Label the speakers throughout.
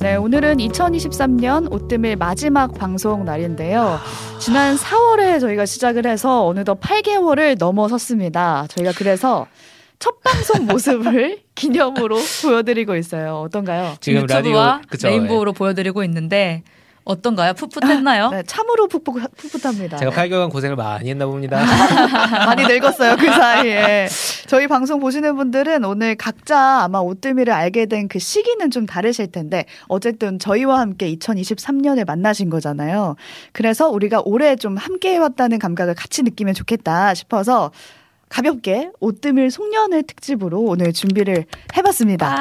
Speaker 1: 네, 오늘은 2023년 오뜨밀 마지막 방송 날인데요. 지난 4월에 저희가 시작을 해서 어느덧 8개월을 넘어섰습니다. 저희가 그래서 첫 방송 모습을 기념으로 보여드리고 있어요. 어떤가요?
Speaker 2: 지금 라디오
Speaker 3: 유튜브와
Speaker 2: 그쵸, 예.
Speaker 3: 레인보우로 보여드리고 있는데 어떤가요? 풋풋했나요?
Speaker 1: 네, 참으로 풋풋, 풋풋합니다.
Speaker 2: 예. 제가 8개월간 고생을 많이 했나 봅니다.
Speaker 3: 아,
Speaker 1: 많이 늙었어요 그 사이에 저희 방송 보시는 분들은 오늘 각자 아마 오뜨미를 알게 된 그 시기는 좀 다르실 텐데 어쨌든 저희와 함께 2023년에 만나신 거잖아요 그래서 우리가 올해 좀 함께 해왔다는 감각을 같이 느끼면 좋겠다 싶어서 가볍게 오뜨밀 송년회 특집으로 오늘 준비를 해봤습니다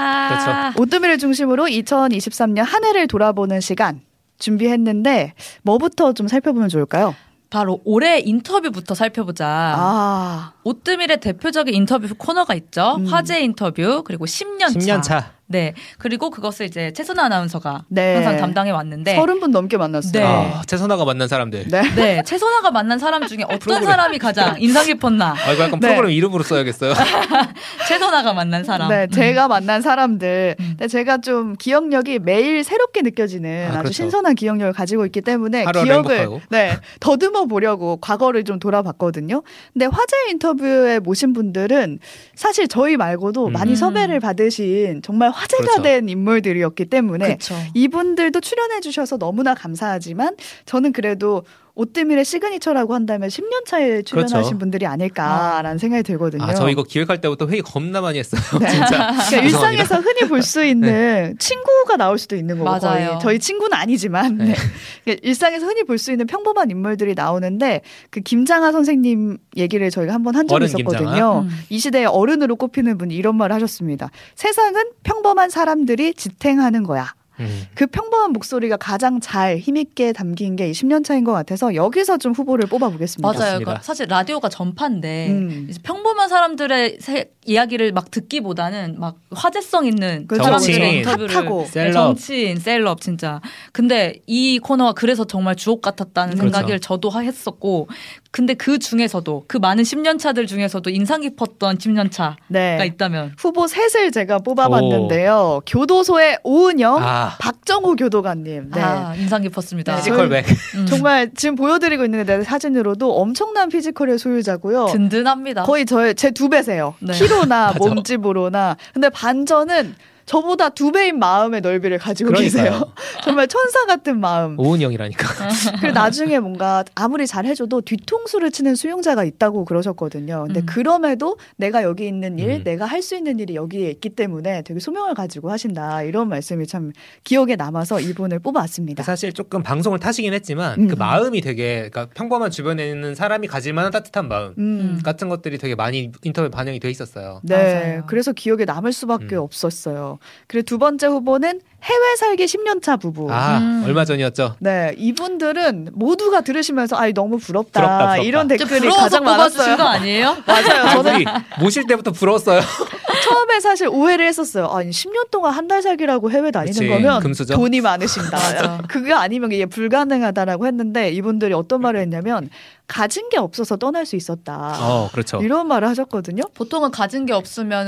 Speaker 3: 아,
Speaker 1: 오뜨밀을 중심으로 2023년 한 해를 돌아보는 시간 준비했는데 뭐부터 좀 살펴보면 좋을까요?
Speaker 3: 바로 올해 인터뷰부터 살펴보자.
Speaker 1: 아,
Speaker 3: 오뜨밀의 대표적인 인터뷰 코너가 있죠.
Speaker 1: 음.
Speaker 3: 화제 인터뷰 그리고 10년 차.
Speaker 2: 10년 차.
Speaker 3: 네. 그리고 그것을 이제 최선아 아나운서가
Speaker 1: 네.
Speaker 3: 항상 담당해 왔는데
Speaker 1: 서른 분 넘게 만났어요.
Speaker 3: 네.
Speaker 2: 아, 최선아가 만난 사람들.
Speaker 1: 네.
Speaker 3: 네. 최선아가 만난 사람 중에 어떤
Speaker 2: 프로그램.
Speaker 3: 사람이 가장 인상 깊었나?
Speaker 2: 아, 이거 약간
Speaker 1: 네.
Speaker 2: 프로그램 이름으로 써야겠어요.
Speaker 1: 아,
Speaker 3: 최선아가 만난 사람.
Speaker 1: 네,
Speaker 3: 음.
Speaker 1: 제가 만난 사람들. 근데 제가 좀 기억력이 매일 새롭게 느껴지는
Speaker 2: 음. 아,
Speaker 1: 아, 주
Speaker 2: 그렇죠.
Speaker 1: 신선한 기억력을 가지고 있기 때문에
Speaker 2: 하루하루
Speaker 1: 기억을
Speaker 2: 행복하고.
Speaker 1: 네, 더듬어 보려고 과거를 좀 돌아봤거든요. 근데 화제 인터뷰에 모신 분들은 사실 저희 말고도
Speaker 2: 음.
Speaker 1: 많이 섭외를 받으신 정말 화제가
Speaker 2: 그렇죠.
Speaker 1: 된 인물들이었기 때문에
Speaker 3: 음. 그쵸.
Speaker 1: 이분들도 출연해 주셔서 너무나 감사하지만 저는 그래도 오뜨밀의 시그니처라고 한다면 10년 차에 출연하신
Speaker 2: 그렇죠.
Speaker 1: 분들이 아닐까라는 생각이 들거든요.
Speaker 2: 아, 저 이거 기획할 때부터 회의 겁나 많이 했어요.
Speaker 1: 네.
Speaker 2: 진짜.
Speaker 1: 그러니까 일상에서 흔히 볼 수
Speaker 2: 네.
Speaker 1: 있는 친구가 나올 수도 있는 거고
Speaker 3: 맞아요.
Speaker 1: 거의 저희 친구는 아니지만 네.
Speaker 2: 네.
Speaker 1: 그러니까 일상에서 흔히 볼 수 있는 평범한 인물들이 나오는데 그 김장하 선생님 얘기를 저희가 한번 한 적이
Speaker 2: 어른
Speaker 1: 있었거든요.
Speaker 2: 김장하?
Speaker 3: 음.
Speaker 1: 이 시대의 어른으로 꼽히는 분이 이런 말을 하셨습니다. 세상은 평범한 사람들이 지탱하는 거야.
Speaker 2: 음.
Speaker 1: 그 평범한 목소리가 가장 잘 힘있게 담긴 게 10년 차인 것 같아서 여기서 좀 후보를 뽑아보겠습니다.
Speaker 3: 맞아요. 네.
Speaker 2: 맞습니다.
Speaker 3: 그러니까 사실 라디오가 전파인데
Speaker 1: 음.
Speaker 3: 이제 평범한 사람들의 세- 이야기를 막 듣기보다는 막 화제성 있는
Speaker 1: 그렇죠.
Speaker 3: 사람들의
Speaker 2: 정치인,
Speaker 3: 인터뷰를 네,
Speaker 1: 핫하고.
Speaker 2: 셀럽.
Speaker 3: 정치인, 셀럽 진짜. 근데 이 코너가 그래서 정말 주옥 같았다는
Speaker 2: 그렇죠.
Speaker 3: 생각을 저도 하- 했었고, 근데 그 중에서도 그 많은 10년 차들 중에서도 인상 깊었던 10년 차가
Speaker 1: 네.
Speaker 3: 있다면
Speaker 1: 후보 셋을 제가 뽑아봤는데요. 교도소의 오은영,
Speaker 2: 아,
Speaker 1: 박정호 교도관님. 네.
Speaker 3: 아, 인상 깊었습니다.
Speaker 1: 네,
Speaker 2: 피지컬백.
Speaker 3: 음,
Speaker 1: 정말 지금 보여드리고 있는 내 사진으로도 엄청난 피지컬의 소유자고요.
Speaker 3: 든든합니다.
Speaker 1: 거의 저의 제 두 배세요.
Speaker 3: 네.
Speaker 1: 키로나
Speaker 2: 맞아.
Speaker 1: 몸집으로나. 근데 반전은 저보다 두 배인 마음의 넓이를 가지고 계세요.
Speaker 2: 그러니까요.
Speaker 1: 정말 천사 같은 마음.
Speaker 2: 오은영이라니까.
Speaker 1: 그리고 나중에 뭔가 아무리 잘해줘도 뒤통수를 치는 수용자가 있다고 그러셨거든요. 근데
Speaker 3: 음.
Speaker 1: 그럼에도 내가 여기 있는 일,
Speaker 2: 음.
Speaker 1: 내가 할 수 있는 일이 여기에 있기 때문에 되게 소명을 가지고 하신다. 이런 말씀이 참 기억에 남아서 이분을
Speaker 3: 그
Speaker 1: 뽑아왔습니다.
Speaker 2: 사실 조금 방송을 타시긴 했지만
Speaker 1: 음.
Speaker 2: 그 마음이 되게 그러니까 평범한 주변에 있는 사람이 가질 만한 따뜻한 마음
Speaker 1: 음.
Speaker 2: 같은 것들이 되게 많이 인터뷰에 반영이 돼 있었어요.
Speaker 1: 네,
Speaker 3: 맞아요.
Speaker 1: 그래서 기억에 남을 수밖에
Speaker 2: 음.
Speaker 1: 없었어요. 그리고 두 번째 후보는 해외 살기 10년차 부부.
Speaker 2: 아,
Speaker 3: 음.
Speaker 2: 얼마 전이었죠.
Speaker 1: 네, 이분들은 모두가 들으시면서 아이 너무 부럽다,
Speaker 2: 부럽다, 부럽다.
Speaker 1: 이런
Speaker 3: 좀
Speaker 1: 댓글이
Speaker 3: 부러워서
Speaker 1: 가장
Speaker 3: 뽑아주신 거
Speaker 1: 많았어요.
Speaker 3: 아니에요?
Speaker 2: 아,
Speaker 1: 맞아요. 저는
Speaker 2: 우리 모실 때부터 부러웠어요.
Speaker 1: 처음에 사실 오해를 했었어요. 아니 10년 동안 한 달 살기라고 해외 다니는
Speaker 2: 그치,
Speaker 1: 거면
Speaker 2: 금수저.
Speaker 1: 돈이 많으신다.
Speaker 3: 맞아.
Speaker 1: 그게 아니면 이게 불가능하다라고 했는데 이분들이 어떤 말을 했냐면 가진 게 없어서 떠날 수 있었다.
Speaker 2: 어, 그렇죠.
Speaker 1: 이런 말을 하셨거든요.
Speaker 3: 보통은 가진 게 없으면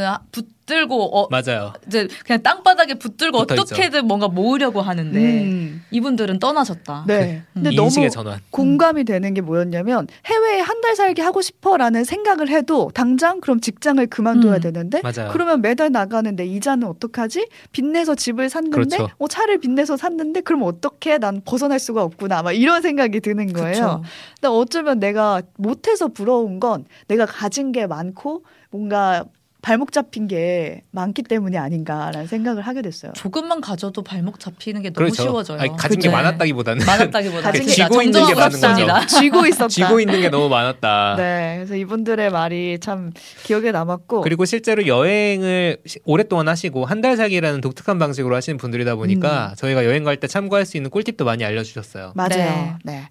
Speaker 3: 붙들고 어,
Speaker 2: 맞아요.
Speaker 3: 이제 그냥 땅바닥에 붙들고
Speaker 2: 붙어 있죠.
Speaker 3: 어떻게든 뭔가 모으려고 하는데
Speaker 1: 음,
Speaker 3: 이분들은 떠나셨다.
Speaker 1: 네. 근데
Speaker 2: 네. 그 인식의
Speaker 1: 너무
Speaker 2: 전환.
Speaker 1: 공감이 되는 게 뭐였냐면 해외에 한 달 살기 하고 싶어라는 생각을 해도 당장 그럼 직장을 그만둬야
Speaker 3: 음,
Speaker 1: 되는데
Speaker 2: 맞아요.
Speaker 1: 그러면 매달 나가는데 이자는 어떡하지? 빚내서 집을 샀는데
Speaker 2: 그렇죠.
Speaker 1: 어, 차를 빚내서 샀는데 그럼 어떻게 난 벗어날 수가 없구나 막 이런 생각이 드는 거예요.
Speaker 3: 그쵸.
Speaker 1: 근데 어쩌면 내가 못해서 부러운 건 내가 가진 게 많고 뭔가 발목 잡힌 게 많기 때문이 아닌가라는 생각을 하게 됐어요.
Speaker 3: 조금만 가져도 발목 잡히는 게 너무
Speaker 2: 그렇죠.
Speaker 3: 쉬워져요.
Speaker 2: 아니, 가진 게
Speaker 3: 네.
Speaker 2: 많았다기보다는
Speaker 3: 많았다기보다
Speaker 1: 가진 게
Speaker 2: 그 쥐고 있는 게 많은
Speaker 3: 점점합니다.
Speaker 1: 쥐고 있었다.
Speaker 2: 쥐고 있는 게 너무 많았다.
Speaker 1: 네, 그래서 이분들의 말이 참 기억에 남았고
Speaker 2: 그리고 실제로 여행을 시- 오랫동안 하시고 한 달 살기라는 독특한 방식으로 하시는 분들이다 보니까
Speaker 3: 음.
Speaker 2: 저희가 여행 갈 때 참고할 수 있는 꿀팁도 많이 알려주셨어요.
Speaker 1: 맞아요. 네.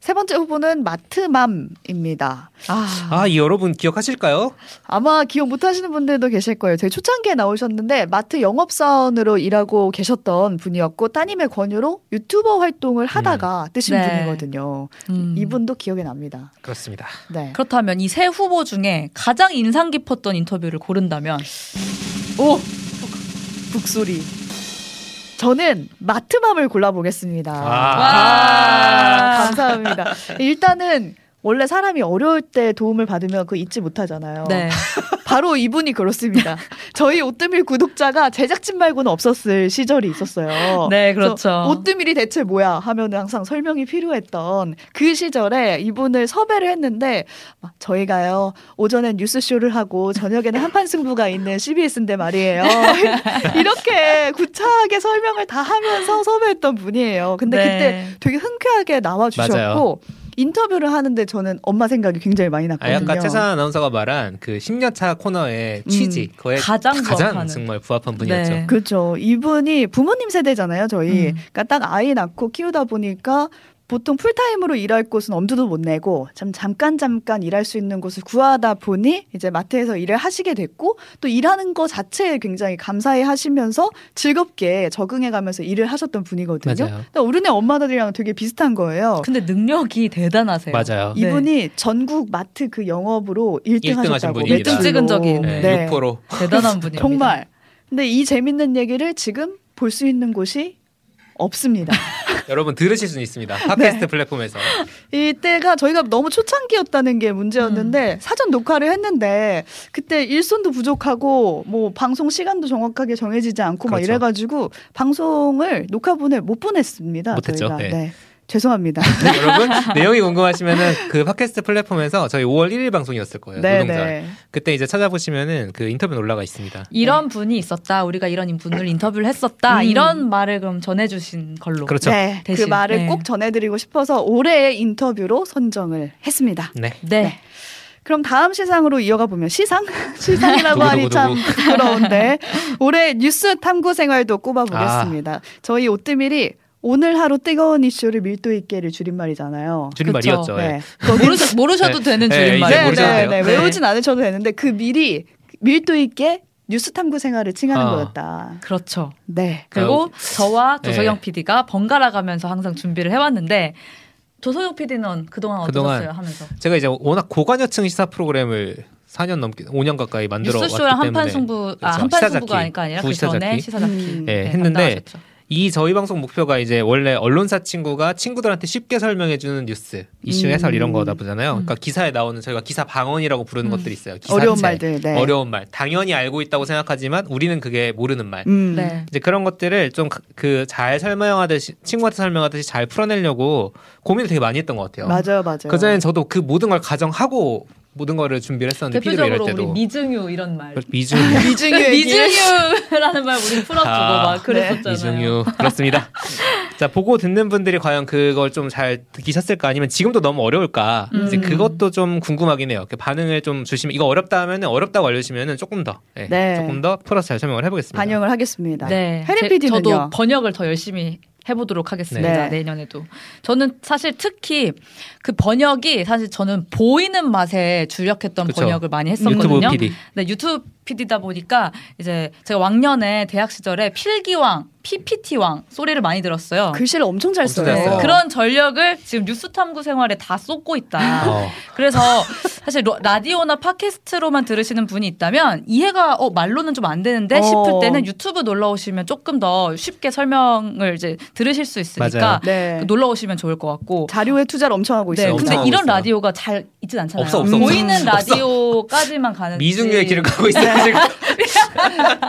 Speaker 1: 세 번째 후보는 마트맘입니다.
Speaker 3: 아,
Speaker 2: 아, 이 여러분 기억하실까요?
Speaker 1: 아마 기억 못 하시는 분들도 계실 거예요. 되게 초창기에 나오셨는데 마트 영업사원으로 일하고 계셨던 분이었고 따님의 권유로 유튜버 활동을
Speaker 2: 음.
Speaker 1: 하다가 뜨신
Speaker 3: 네.
Speaker 1: 분이거든요.
Speaker 3: 음.
Speaker 1: 이분도 기억에 납니다.
Speaker 2: 그렇습니다.
Speaker 1: 네.
Speaker 3: 그렇다면 이 세 후보 중에 가장 인상
Speaker 2: 그,
Speaker 3: 깊었던 인터뷰를 고른다면
Speaker 1: 오 북소리. 저는 마트맘을 골라보겠습니다.
Speaker 2: 아.
Speaker 1: 아,
Speaker 3: 와.
Speaker 1: 감사합니다. 일단은 원래 사람이 어려울 때 도움을 받으면 그 잊지 못하잖아요.
Speaker 3: 네.
Speaker 1: 바로 이분이 그렇습니다. 저희 오뜨밀 구독자가 제작진 말고는 없었을 시절이 있었어요.
Speaker 3: 네,
Speaker 1: 그래서
Speaker 3: 그렇죠.
Speaker 1: 오뜨밀이 대체 뭐야 하면 항상 설명이 필요했던 그 시절에 이분을 섭외를 했는데 막 저희가요 오전엔 뉴스쇼를 하고 저녁에는 한판 승부가 있는 CBS인데 말이에요 이렇게 구차하게 설명을 다 하면서 섭외했던 분이에요 근데
Speaker 3: 네.
Speaker 1: 그때 되게 흔쾌하게 나와주셨고
Speaker 2: 맞아요.
Speaker 1: 인터뷰를 하는데 저는 엄마 생각이 굉장히 많이
Speaker 2: 아,
Speaker 1: 났거든요
Speaker 2: 약간 최상 아나운서가 말한 그 10년차 코너의
Speaker 1: 음,
Speaker 2: 취지 그거에
Speaker 3: 가장
Speaker 2: 가장
Speaker 3: 부합하는.
Speaker 2: 정말 부합한 분이었죠.
Speaker 3: 네.
Speaker 1: 그렇죠. 이분이 부모님 세대잖아요, 저희.
Speaker 3: 음.
Speaker 1: 그러니까 딱 아이 낳고 키우다 보니까 보통 풀타임으로 일할 곳은 엄두도 못 내고 참 잠깐 잠깐 일할 수 있는 곳을 구하다 보니 이제 마트에서 일을 하시게 됐고 또 일하는 거 자체에 굉장히 감사해 하시면서 즐겁게 적응해 가면서 일을 하셨던 분이거든요.
Speaker 2: 맞아요.
Speaker 1: 그러니까 우리네 엄마들이랑 되게 비슷한 거예요.
Speaker 3: 어. 근데 능력이 대단하세요.
Speaker 2: 맞아요.
Speaker 3: 이-
Speaker 1: 이분이 전국 마트 그 영업으로 1등,
Speaker 2: 네. 일등 하신
Speaker 1: 하셨다고
Speaker 2: 분입니다.
Speaker 1: 매출로.
Speaker 3: 찍은 적이 있는.
Speaker 2: 네,
Speaker 1: 네.
Speaker 2: 6%로
Speaker 3: 대단한 분입니다.
Speaker 1: 정말. 근데 이 재밌는 얘기를 지금 볼 수 있는 곳이 없습니다.
Speaker 2: 여러분 들으실 수는 있습니다.
Speaker 3: 네.
Speaker 2: 팟캐스트 플랫폼에서
Speaker 1: 이때가 저희가 너무 초창기였다는 게
Speaker 3: 음.
Speaker 1: 문제였는데 사전 녹화를 했는데 그때 일손도 부족하고 뭐 방송 시간도 정확하게 정해지지 않고 막
Speaker 2: 그렇죠.
Speaker 1: 이래가지고 방송을 녹화분을 못 보냈습니다.
Speaker 2: 못했죠.
Speaker 1: 저희가.
Speaker 2: 네.
Speaker 1: 네. 죄송합니다.
Speaker 2: 네, 여러분 내용이 궁금하시면은 그 팟캐스트 플랫폼에서 저희 5월 1일 방송이었을 거예요.
Speaker 1: 네,
Speaker 2: 노동절.
Speaker 1: 네.
Speaker 2: 그때 이제 찾아보시면은 그 인터뷰 올라가 있습니다.
Speaker 3: 이런 분이 있었다. 우리가 이런 분을 인터뷰를 했었다.
Speaker 1: 음.
Speaker 3: 이런 말을 그럼 전해주신 걸로.
Speaker 2: 그렇죠.
Speaker 1: 네, 그
Speaker 3: 대신.
Speaker 1: 말을
Speaker 3: 네.
Speaker 1: 꼭 전해드리고 싶어서 올해의 인터뷰로 선정을 했습니다.
Speaker 2: 네.
Speaker 3: 네.
Speaker 1: 네. 그럼 다음 시상으로 이어가 보면 시상? 시상이라고
Speaker 2: 누구,
Speaker 1: 하니
Speaker 2: 누구,
Speaker 1: 참
Speaker 2: 누구.
Speaker 1: 부끄러운데 올해 뉴스 탐구 생활도 꼽아보겠습니다. 저희 오뜨밀이 오늘 하루 뜨거운 이슈를 밀도 있게를 줄임말이잖아요.
Speaker 2: 줄임말이었죠. 예.
Speaker 1: 네.
Speaker 3: 모르셔, 모르셔도
Speaker 2: 네.
Speaker 3: 되는
Speaker 2: 네,
Speaker 3: 줄임말.
Speaker 2: 이제
Speaker 1: 네,
Speaker 2: 모르셔도
Speaker 1: 네,
Speaker 2: 돼요.
Speaker 1: 네. 외우진 않으셔도 되는데 그 미리 밀도 있게 뉴스 탐구 생활을 칭하는
Speaker 2: 아.
Speaker 1: 거였다.
Speaker 3: 그렇죠.
Speaker 1: 네.
Speaker 3: 그리고 저와
Speaker 2: 네.
Speaker 3: 조서영 PD가 번갈아 가면서 항상 준비를 해왔는데 조서영 PD는 그동안
Speaker 2: 그동안
Speaker 3: 어떠셨어요 하면서
Speaker 2: 제가 이제 워낙 고관여층 시사 프로그램을 4년 넘게 5년 가까이 만들어 왔기 때문에
Speaker 3: 뉴스쇼랑 한판 승부 아
Speaker 2: 그렇죠.
Speaker 3: 한판
Speaker 2: 시사잡기,
Speaker 3: 승부가 아니까 아니라 그
Speaker 2: 구시사잡기.
Speaker 3: 전에 시사잡기
Speaker 1: 음.
Speaker 2: 예,
Speaker 3: 네,
Speaker 2: 했는데
Speaker 3: 담당하셨죠.
Speaker 2: 이 저희 방송 목표가 이제 원래 언론사 친구가 친구들한테 쉽게 설명해 주는 뉴스, 이슈 해설
Speaker 1: 음.
Speaker 2: 이런 거다 보잖아요. 그러니까
Speaker 3: 음.
Speaker 2: 기사에 나오는 저희가 기사 방언이라고 부르는
Speaker 3: 음.
Speaker 2: 것들이 있어요. 기사체,
Speaker 1: 어려운 말들. 네.
Speaker 2: 어려운 말. 당연히 알고 있다고 생각하지만 우리는 그게 모르는 말.
Speaker 1: 음.
Speaker 3: 네.
Speaker 2: 이제 그런 것들을 좀 그 잘 설명하듯이 친구한테 설명하듯이 잘 풀어내려고 고민을 되게 많이 했던 것 같아요.
Speaker 1: 맞아요, 맞아요.
Speaker 2: 그전엔 저도 그 모든 걸 가정하고 모든 거를 준비를 했었는데 피디로 이럴
Speaker 3: 대표적으로 우리
Speaker 2: 때도
Speaker 3: 미증유 이런 말
Speaker 2: 미중
Speaker 1: 미중의
Speaker 3: 미증유라는 말 우리 풀어주고
Speaker 2: 아,
Speaker 3: 막 그랬었잖아요.
Speaker 2: 이중유 그렇습니다. 자 보고 듣는 분들이 과연 그걸 좀 잘 느끼셨을까 아니면 지금도 너무 어려울까
Speaker 3: 음.
Speaker 2: 이제 그것도 좀 궁금하긴 해요. 그 반응을 좀 주시면 이거 어렵다 하면은 어렵다고 알려주시면은 조금 더 예,
Speaker 1: 네.
Speaker 2: 조금 더 풀어서 잘 설명을 해보겠습니다.
Speaker 1: 반영을 하겠습니다.
Speaker 3: 네.
Speaker 1: 해리
Speaker 3: 제-
Speaker 1: PD는요?
Speaker 3: 저도 번역을 더 열심히 해보도록 하겠습니다.
Speaker 1: 네.
Speaker 3: 내년에도. 저는 사실 특히 그 번역이 사실 저는 보이는 맛에 주력했던
Speaker 2: 그쵸.
Speaker 3: 번역을 많이 했었거든요.
Speaker 2: 유튜브 PD
Speaker 3: 네, 유튜브 PD다 보니까 이제 제가 왕년에 대학 시절에 필기왕, PPT왕 소리를 많이 들었어요.
Speaker 1: 글씨를 엄청 잘
Speaker 2: 엄청
Speaker 1: 써요.
Speaker 2: 잘 써요.
Speaker 3: 그런 전력을 지금 뉴스탐구 생활에 다 쏟고 있다.
Speaker 2: 어,
Speaker 3: 그래서 사실 로- 라디오나 팟캐스트로만 들으시는 분이 있다면 이해가 어, 말로는 좀 안 되는데
Speaker 1: 어.
Speaker 3: 싶을 때는 유튜브 놀러 오시면 조금 더 쉽게 설명을 이제 들으실 수 있으니까
Speaker 2: 맞아요.
Speaker 1: 네.
Speaker 3: 그 놀러 오시면 좋을 것 같고.
Speaker 1: 자료에 투자를 엄청 하고
Speaker 3: 네,
Speaker 1: 있어요.
Speaker 2: 엄청
Speaker 3: 근데
Speaker 2: 하고
Speaker 3: 이런
Speaker 2: 있어요.
Speaker 3: 라디오가 잘 있진 않잖아요.
Speaker 2: 없어, 없어,
Speaker 1: 없어.
Speaker 3: 보이는
Speaker 2: 없어.
Speaker 3: 라디오까지만 가는
Speaker 2: 미중유의 길을 가고 있어요 지금.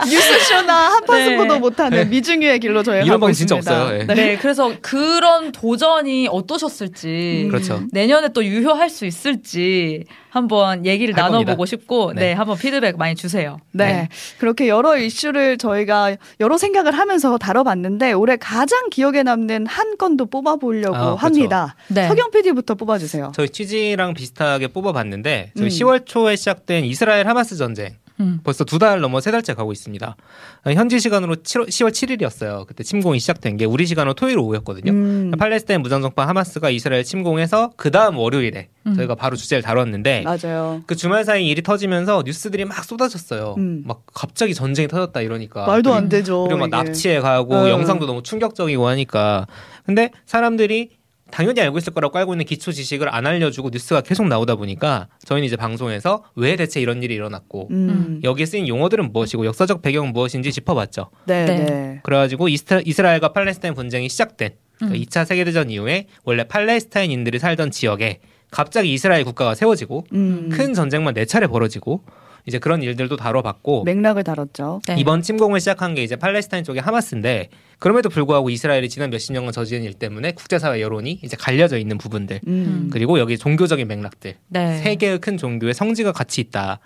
Speaker 1: 뉴스쇼나 한판
Speaker 3: 네.
Speaker 1: 승부도 못하는 미중유의 길로 저희가
Speaker 2: 이런
Speaker 1: 가고
Speaker 2: 방송 진짜
Speaker 1: 있습니다.
Speaker 2: 없어요, 예.
Speaker 1: 네.
Speaker 3: 네, 그래서 그런 도전이 어떠셨을지
Speaker 1: 음.
Speaker 2: 그렇죠.
Speaker 3: 내년에 또 유효할 수 있을지 한번 얘기를
Speaker 2: 할
Speaker 3: 나눠보고
Speaker 2: 겁니다.
Speaker 3: 싶고 네.
Speaker 2: 네,
Speaker 3: 한번 피드백 많이 주세요.
Speaker 1: 네. 그렇게 여러 이슈를 저희가 여러 생각을 하면서 다뤄봤는데 올해 가장 기억에 남는 한 건도 뽑아보려고
Speaker 2: 아, 그렇죠.
Speaker 1: 합니다.
Speaker 3: 네.
Speaker 1: 서경 PD부터 뽑아주세요.
Speaker 2: 저희 취지랑 비슷하게 뽑아봤는데
Speaker 1: 어.
Speaker 2: 저희
Speaker 1: 음.
Speaker 2: 10월 초에 시작된 이스라엘 하마스 전쟁
Speaker 3: 음.
Speaker 2: 벌써 두 달 넘어 세 달째 가고 있습니다. 아, 현지 시간으로 7월, 10월 7일이었어요. 그때 침공이 시작된 게 우리 시간으로 토요일 오후였거든요.
Speaker 1: 음,
Speaker 2: 팔레스타인 무장정파 하마스가 이스라엘 침공해서 그 다음 월요일에
Speaker 3: 음.
Speaker 2: 저희가 바로 주제를 다뤘는데
Speaker 1: 맞아요.
Speaker 2: 그 주말 사이 일이 터지면서 뉴스들이 막 쏟아졌어요.
Speaker 1: 음.
Speaker 2: 막 갑자기 전쟁이 터졌다 이러니까
Speaker 1: 말도 안
Speaker 3: 그리고-
Speaker 1: 되죠.
Speaker 2: 아, 그리고 뭐 막
Speaker 1: 이게.
Speaker 2: 납치해 가고
Speaker 1: 예. 어.
Speaker 2: 영상도 너무 충격적이고 하니까 근데 사람들이 당연히 알고 있을 거라고 알고 있는 기초 지식을 안 알려주고 뉴스가 계속 나오다 보니까 저희는 이제 방송에서 왜 대체 이런 일이 일어났고
Speaker 1: 음.
Speaker 2: 여기에 쓰인 용어들은 무엇이고 역사적 배경은 무엇인지 짚어봤죠.
Speaker 1: 네,
Speaker 3: 네.
Speaker 1: 네.
Speaker 2: 그래가지고 이스라, 이스라엘과 팔레스타인 분쟁이 시작된 그
Speaker 3: 음.
Speaker 2: 2차 세계대전 이후에 원래 팔레스타인인들이 살던 지역에 갑자기 이스라엘 국가가 세워지고
Speaker 1: 음.
Speaker 2: 큰 전쟁만 네 차례 벌어지고 이제 그런 일들도 다뤄봤고
Speaker 1: 맥락을 다뤘죠.
Speaker 3: 네.
Speaker 2: 이번 침공을 시작한 게 이제 팔레스타인 쪽의 하마스인데 그럼에도 불구하고 이스라엘이 지난 몇십 년간 저지른 일 때문에 국제사회 여론이 이제 갈려져 있는 부분들
Speaker 1: 음.
Speaker 2: 그리고 여기 종교적인 맥락들
Speaker 3: 네.
Speaker 2: 세 개의 큰 종교의 성지가 같이 있다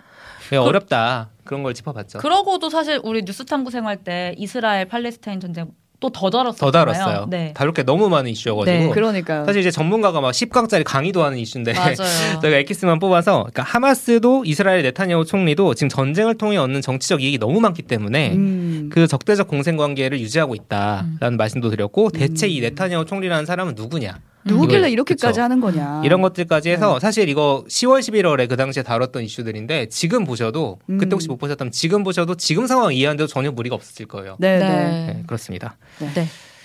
Speaker 2: 그... 어렵다 그런 걸 짚어봤죠
Speaker 3: 그러고도 사실 우리 뉴스 탐구 생활 때 이스라엘 팔레스타인 전쟁 또 더 다뤘어요.
Speaker 2: 더 다뤘어요
Speaker 3: 네.
Speaker 2: 다룰 게 너무 많은 이슈여가지고
Speaker 3: 네,
Speaker 1: 그러니까요.
Speaker 2: 어, 사실 이제 전문가가 막 10강짜리 강의도 하는 이슈인데
Speaker 3: 맞아요.
Speaker 2: 저희가 엑기스만 뽑아서 그러니까 하마스도 이스라엘 네타냐후 총리도 지금 전쟁을 통해 얻는 정치적 이익이 너무 많기 때문에
Speaker 1: 음.
Speaker 2: 그 적대적 공생 관계를 유지하고 있다라는 말씀도 드렸고
Speaker 1: 음.
Speaker 2: 대체 이 네타냐후 총리라는 사람은 누구냐
Speaker 1: 누구길래
Speaker 2: 이거-
Speaker 1: 이렇게까지
Speaker 2: 그쵸.
Speaker 1: 하는 거냐.
Speaker 2: 이런 것들까지 해서
Speaker 1: 네.
Speaker 2: 사실 이거 10월 11월에 그 당시에 다뤘던 이슈들인데 지금 보셔도 그때 혹시
Speaker 1: 음.
Speaker 2: 못 보셨다면 지금 보셔도 지금 상황 이해하는데도 전혀 무리가 없었을 거예요.
Speaker 1: 네, 네.
Speaker 2: 네, 그렇습니다.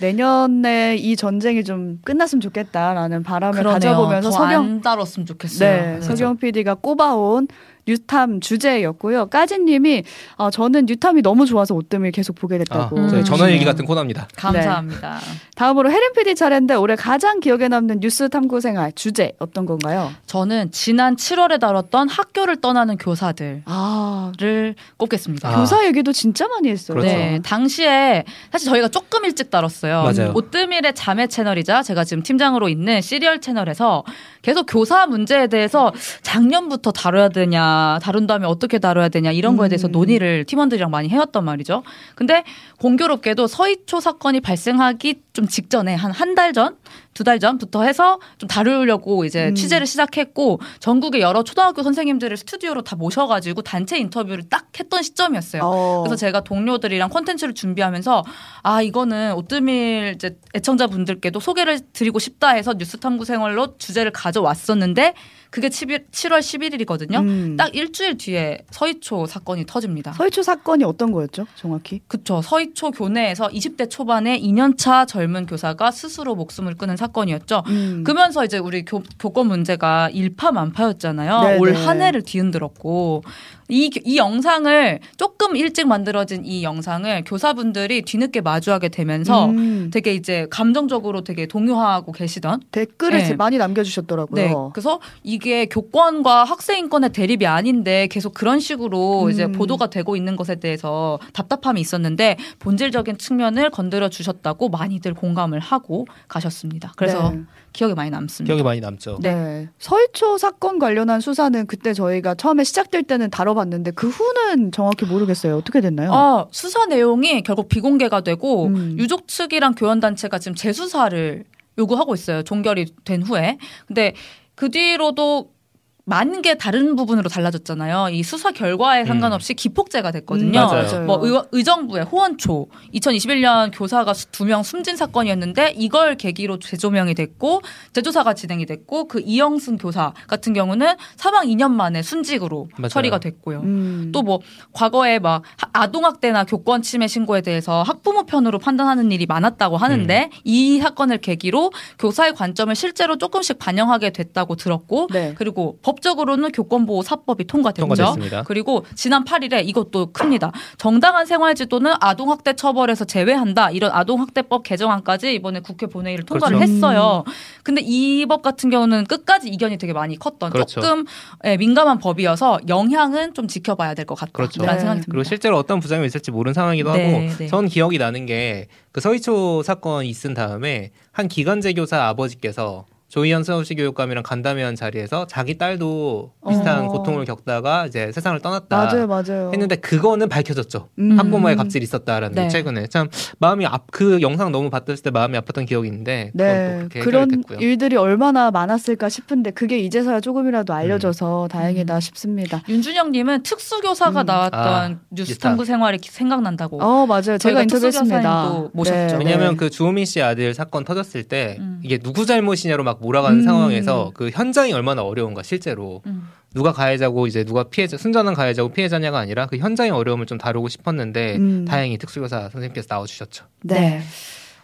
Speaker 1: 내년에 이 전쟁이 좀 끝났으면 좋겠다라는 바람을 가져보면서 서경
Speaker 3: 더안 다뤘으면 좋겠어요.
Speaker 1: 네,
Speaker 3: 네.
Speaker 1: 서경 PD가 꼽아온 뉴탐 주제였고요. 까진님이 아, 저는 뉴탐이 너무 좋아서 오뜸을 계속 보게
Speaker 2: 아,
Speaker 1: 됐다고.
Speaker 2: 저희
Speaker 3: 음.
Speaker 2: 전원일기 같은 코너입니다.
Speaker 3: 감사합니다.
Speaker 1: 다음으로 혜림 PD 차례인데 올해 가장 기억에 남는 뉴스 탐구 생활 주제 어떤 건가요?
Speaker 3: 저는 지난 7월에 다뤘던 학교를 떠나는 교사들을
Speaker 1: 아,
Speaker 3: 꼽겠습니다.
Speaker 2: 아.
Speaker 1: 교사 얘기도 진짜 많이 했어요.
Speaker 2: 그렇죠.
Speaker 3: 네, 당시에 사실 저희가 조금 일찍 다뤘어요.
Speaker 2: 맞아요.
Speaker 3: 오뜨밀의 자매 채널이자 제가 지금 팀장으로 있는 시리얼 채널에서 계속 교사 문제에 대해서 작년부터 다뤄야 되냐, 다룬 다음에 어떻게 다뤄야 되냐 이런 거에 대해서
Speaker 1: 음.
Speaker 3: 논의를 팀원들이랑 많이 해왔단 말이죠. 근데 공교롭게도 서희초 사건이 발생하기 좀 직전에 한 한 달 전, 두 달 전부터 해서 좀 다루려고 이제
Speaker 1: 음.
Speaker 3: 취재를 시작했고 전국의 여러 초등학교 선생님들을 스튜디오로 다 모셔가지고 단체 인터뷰를 딱 했던 시점이었어요.
Speaker 1: 어.
Speaker 3: 그래서 제가 동료들이랑 콘텐츠를 준비하면서 아 이거는 오뜨밀 이제 애청자분들께도 소개를 드리고 싶다 해서 뉴스탐구 생활로 주제를 가져왔었는데 그게 7월 11일이거든요.
Speaker 1: 음.
Speaker 3: 딱 일주일 뒤에 서희초 사건이 터집니다.
Speaker 1: 서희초 사건이 어떤 거였죠? 정확히?
Speaker 3: 그쵸. 서희초 교내에서 20대 초반의 2년차 젊은 교사가 스스로 목숨을 끊은 사건이었죠.
Speaker 1: 음.
Speaker 3: 그러면서 이제 우리 교, 교권 문제가 일파만파였잖아요.
Speaker 1: 네,
Speaker 3: 올
Speaker 1: 네.
Speaker 3: 한 해를 뒤흔들었고 이, 교- 이 영상을 조금 일찍 만들어진 이 영상을 교사분들이 뒤늦게 마주하게 되면서
Speaker 1: 음.
Speaker 3: 되게 이제 감정적으로 되게 동요하고 계시던
Speaker 1: 댓글을
Speaker 3: 네.
Speaker 1: 많이 남겨주셨더라고요.
Speaker 3: 네. 그래서 이게 교권과 학생 인권의 대립이 아닌데 계속 그런 식으로
Speaker 1: 음.
Speaker 3: 이제 보도가 되고 있는 것에 대해서 답답함이 있었는데 본질적인 측면을 건드려 주셨다고 많이들 공감을 하고 가셨습니다. 그래서
Speaker 1: 네.
Speaker 3: 기억에 많이 남습니다.
Speaker 2: 기억이 많이 남죠.
Speaker 1: 네. 서희초 사건 관련한 수사는 그때 저희가 처음에 시작될 때는 다뤄봤는데 그 후는 정확히 모르겠어요. 어떻게 됐나요?
Speaker 3: 아, 수사 내용이 결국 비공개가 되고
Speaker 1: 음.
Speaker 3: 유족 측이랑 교원 단체가 지금 재수사를 요구하고 있어요. 종결이 된 후에. 근데 그 뒤로도 많은 게 다른 부분으로 달라졌잖아요. 이 수사 결과에 상관없이 기폭제가 됐거든요.
Speaker 2: 음. 맞아요.
Speaker 3: 뭐 의, 정부의 호원초 2021년 교사가 두 명 숨진 사건이었는데 이걸 계기로 재조명이 됐고 재조사가 진행이 됐고 그 이영순 교사 같은 경우는 사망 2년 만에 순직으로
Speaker 2: 맞아요.
Speaker 3: 처리가 됐고요.
Speaker 1: 음.
Speaker 3: 또 뭐 과거에 막 하- 아동학대나 교권 침해 신고에 대해서 학부모 편으로 판단하는 일이 많았다고 하는데 이 사건을 계기로 교사의 관점을 실제로 조금씩 반영하게 됐다고 들었고
Speaker 1: 네.
Speaker 3: 그리고 법적으로는 교권보호 사법이 통과됐죠.
Speaker 2: 통과됐습니다.
Speaker 3: 그리고 지난 8일에 이것도 큽니다. 정당한 생활지도는 아동학대 처벌에서 제외한다. 이런 아동학대법 개정안까지 이번에 국회 본회의를 통과를
Speaker 1: 그렇죠.
Speaker 3: 했어요. 근데 이 법 같은 경우는 끝까지 이견이 되게 많이 컸던
Speaker 2: 그렇죠.
Speaker 3: 조금 예, 민감한 법이어서 영향은 좀 지켜봐야 될 것 같다라는
Speaker 2: 그렇죠.
Speaker 1: 네.
Speaker 3: 생각이
Speaker 2: 그리고
Speaker 3: 듭니다.
Speaker 2: 실제로 어떤 부작용이 있을지 모르는 상황이기도
Speaker 3: 네,
Speaker 2: 하고
Speaker 3: 네.
Speaker 2: 전 기억이 나는 게 그 서희초 사건 있은 다음에 한 기간제 교사 아버지께서 조희연 서울시 교육감이랑 간담회한 자리에서 자기 딸도 비슷한
Speaker 1: 어.
Speaker 2: 고통을 겪다가 이제 세상을 떠났다
Speaker 1: 맞아요, 맞아요.
Speaker 2: 했는데 그거는 밝혀졌죠.
Speaker 1: 음.
Speaker 2: 학부모의 갑질이 있었다라는 게
Speaker 3: 네.
Speaker 2: 최근에 참 마음이 앞 그 영상 너무 봤을 때 마음이 아팠던 기억이 있는데 그건
Speaker 1: 네,
Speaker 2: 또 그렇게
Speaker 1: 그런
Speaker 2: 해결됐고요.
Speaker 1: 일들이 얼마나 많았을까 싶은데 그게 이제서야 조금이라도 알려져서 다행이다 싶습니다.
Speaker 3: 윤준영님은 특수교사가
Speaker 1: 음.
Speaker 3: 나왔던
Speaker 2: 아,
Speaker 3: 뉴스탐구 생활이 생각난다고.
Speaker 1: 어, 맞아요. 제가
Speaker 3: 뭐 저희가
Speaker 1: 인터뷰했습니다. 네.
Speaker 3: 특수교사님도 모셨죠.
Speaker 2: 왜냐하면 그 주호민 씨 아들 사건 터졌을 때
Speaker 3: 음.
Speaker 2: 이게 누구 잘못이냐로 막 몰아가는
Speaker 1: 음.
Speaker 2: 상황에서 그 현장이 얼마나 어려운가 실제로
Speaker 3: 음.
Speaker 2: 누가 가해자고 이제 누가 피해자 순전한 가해자고 피해자냐가 아니라 그 현장의 어려움을 좀 다루고 싶었는데
Speaker 1: 음.
Speaker 2: 다행히 특수교사 선생님께서 나와주셨죠.
Speaker 1: 네.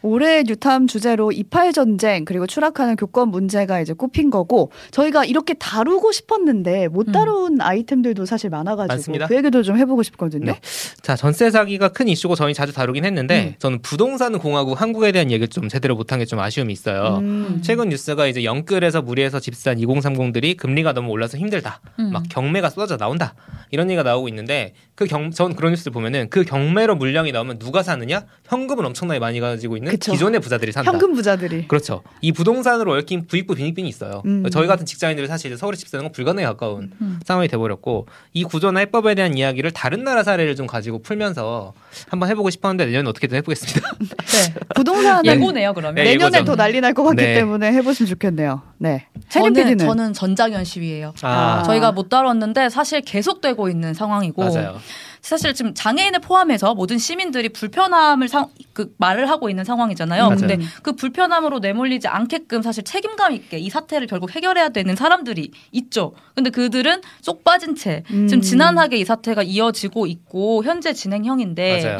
Speaker 1: 올해 뉴탐 주제로 이팔 전쟁 그리고 추락하는 교권 문제가 이제 꼽힌 거고 저희가 이렇게 다루고 싶었는데 못
Speaker 3: 음.
Speaker 1: 다룬 아이템들도 사실 많아가지고
Speaker 2: 많습니다.
Speaker 1: 그 얘기도 좀 해보고 싶거든요.
Speaker 2: 네. 자, 전세 사기가 큰 이슈고 저희 자주 다루긴 했는데
Speaker 1: 음.
Speaker 2: 저는 부동산 공화국 한국에 대한 얘기를 좀 제대로 못한 게 좀 아쉬움이 있어요.
Speaker 1: 음.
Speaker 2: 최근 뉴스가 이제 영끌에서 무리해서 집산 2030들이 금리가 너무 올라서 힘들다.
Speaker 3: 음.
Speaker 2: 막 경매가 쏟아져 나온다. 이런 얘기가 나오고 있는데 그 경, 전 그런 뉴스를 보면은 그 경매로 물량이 나오면 누가 사느냐? 현금을 엄청나게 많이 가지고 있는
Speaker 1: 그쵸.
Speaker 2: 기존의 부자들이 산다.
Speaker 1: 현금 부자들이
Speaker 2: 그렇죠. 이 부동산으로 얽힌 부익부 빈익빈이 있어요.
Speaker 1: 음.
Speaker 2: 저희 같은 직장인들이 사실 이제 서울에 집 사는 건 불가능에 가까운
Speaker 3: 음.
Speaker 2: 상황이 돼버렸고 이 구조나 해법에 대한 이야기를 다른 나라 사례를 좀 가지고 풀면서 한번 해보고 싶었는데 내년에 어떻게든 해보겠습니다.
Speaker 3: 네.
Speaker 1: 부동산은
Speaker 3: 예고네요 그러면.
Speaker 2: 네,
Speaker 1: 아, 내년에
Speaker 2: 예고죠.
Speaker 1: 더 난리 날 것 같기
Speaker 2: 네.
Speaker 1: 때문에 해보시면 좋겠네요. 네, 해림
Speaker 3: 저는
Speaker 1: PD는
Speaker 3: 저는 전장현 시위예요.
Speaker 1: 아.
Speaker 3: 저희가 못 다뤘는데 사실 계속되고 있는 상황이고
Speaker 2: 맞아요.
Speaker 3: 사실 지금 장애인을 포함해서 모든 시민들이 불편함을 상, 그 말을 하고 있는 상황이잖아요.
Speaker 2: 맞아요. 음.
Speaker 3: 근데 그 불편함으로 내몰리지 않게끔 사실 책임감 있게 이 사태를 결국 해결해야 되는 사람들이 있죠. 근데 그들은 쏙 빠진 채
Speaker 1: 음.
Speaker 3: 지금 지난하게 이 사태가 이어지고 있고 현재 진행형인데
Speaker 2: 맞아요.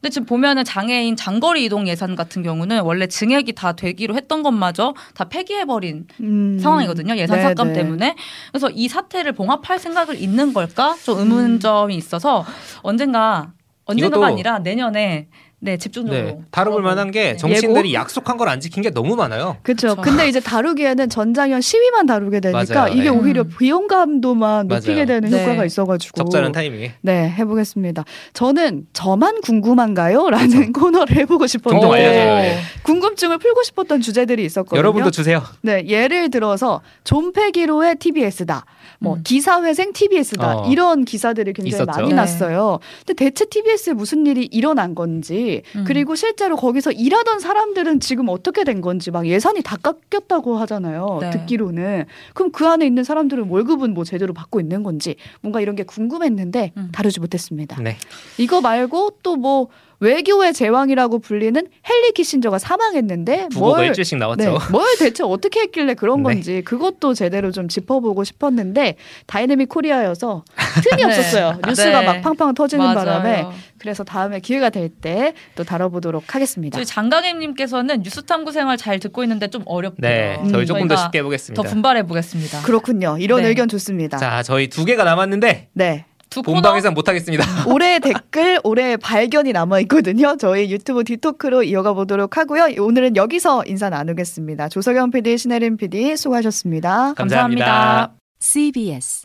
Speaker 3: 근데 지금 보면은 장애인 장거리 이동 예산 같은 경우는 원래 증액이 다 되기로 했던 것마저 다 폐기해 버린
Speaker 1: 음.
Speaker 3: 상황이거든요. 예산
Speaker 1: 네,
Speaker 3: 삭감
Speaker 1: 네.
Speaker 3: 때문에. 그래서 이 사태를 봉합할 생각을 있는 걸까?
Speaker 1: 음.
Speaker 3: 좀 의문점이 있어서 언젠가 언젠가가
Speaker 2: 이것도-
Speaker 3: 아니라 내년에 네, 집중적으로
Speaker 2: 네, 다뤄볼 만한 게
Speaker 3: 네.
Speaker 2: 정치인들이 약속한 걸 안 지킨 게 너무 많아요.
Speaker 1: 그렇죠.
Speaker 3: 그쵸.
Speaker 1: 근데 이제 다루기에는 전장현 시위만 다루게 되니까
Speaker 2: 맞아요.
Speaker 1: 이게
Speaker 2: 네.
Speaker 1: 오히려
Speaker 3: 음.
Speaker 1: 비용감도만 높이게
Speaker 2: 맞아요.
Speaker 1: 되는
Speaker 3: 네.
Speaker 1: 효과가 있어가지고
Speaker 2: 적절한 타이밍에.
Speaker 1: 네 해보겠습니다. 저는 저만 궁금한가요?라는 코너를 해보고 싶었는데
Speaker 2: 종종 그렇죠. 알려줘요. 예.
Speaker 1: 궁금증을 풀고 싶었던 주제들이 있었거든요.
Speaker 2: 여러분도 주세요.
Speaker 1: 네 예를 들어서 존폐기로의 TBS다, 뭐
Speaker 3: 음.
Speaker 1: 기사회생 TBS다
Speaker 2: 어.
Speaker 1: 이런 기사들이 굉장히
Speaker 2: 있었죠.
Speaker 1: 많이
Speaker 3: 네.
Speaker 1: 났어요. 근데 대체 TBS에 무슨 일이 일어난 건지
Speaker 3: 음.
Speaker 1: 그리고 실제로 거기서 일하던 사람들은 지금 어떻게 된 건지 막 예산이 다 깎였다고 하잖아요.
Speaker 3: 네.
Speaker 1: 듣기로는 그럼 그 안에 있는 사람들은 월급은 뭐 제대로 받고 있는 건지 뭔가 이런 게 궁금했는데
Speaker 3: 음.
Speaker 1: 다루지 못했습니다.
Speaker 2: 네.
Speaker 1: 이거 말고 또 뭐 외교의 제왕이라고 불리는 헨리 키신저가 사망했는데
Speaker 2: 아, 부고가
Speaker 1: 뭘
Speaker 2: 일주일씩 나왔죠.
Speaker 1: 네, 뭘 대체 어떻게 했길래 그런
Speaker 2: 네.
Speaker 1: 건지 그것도 제대로 좀 짚어보고 싶었는데 다이내믹 코리아여서 틈이
Speaker 3: 네.
Speaker 1: 없었어요. 뉴스가
Speaker 3: 네.
Speaker 1: 막 팡팡 터지는
Speaker 3: 맞아요.
Speaker 1: 바람에 그래서 다음에 기회가 될 때 또 다뤄보도록 하겠습니다.
Speaker 3: 저희 장강임님께서는 뉴스탐구 생활 잘 듣고 있는데 좀 어렵대요. 음,
Speaker 2: 네, 저희 조금 더
Speaker 3: 저희가
Speaker 2: 쉽게
Speaker 3: 더
Speaker 2: 해보겠습니다.
Speaker 3: 분발해 보겠습니다.
Speaker 1: 그렇군요. 이런
Speaker 3: 네.
Speaker 1: 의견 좋습니다.
Speaker 2: 자, 저희 두 개가 남았는데
Speaker 1: 네.
Speaker 3: 두 코너 음,
Speaker 2: 본방에선 못하겠습니다.
Speaker 1: 올해 댓글, 올해 발견이 남아 있거든요. 저희 유튜브 디토크로 이어가 보도록 하고요. 오늘은 여기서 인사 나누겠습니다. 조석영 PD, 신혜림 PD 수고하셨습니다.
Speaker 3: 감사합니다.
Speaker 4: CBS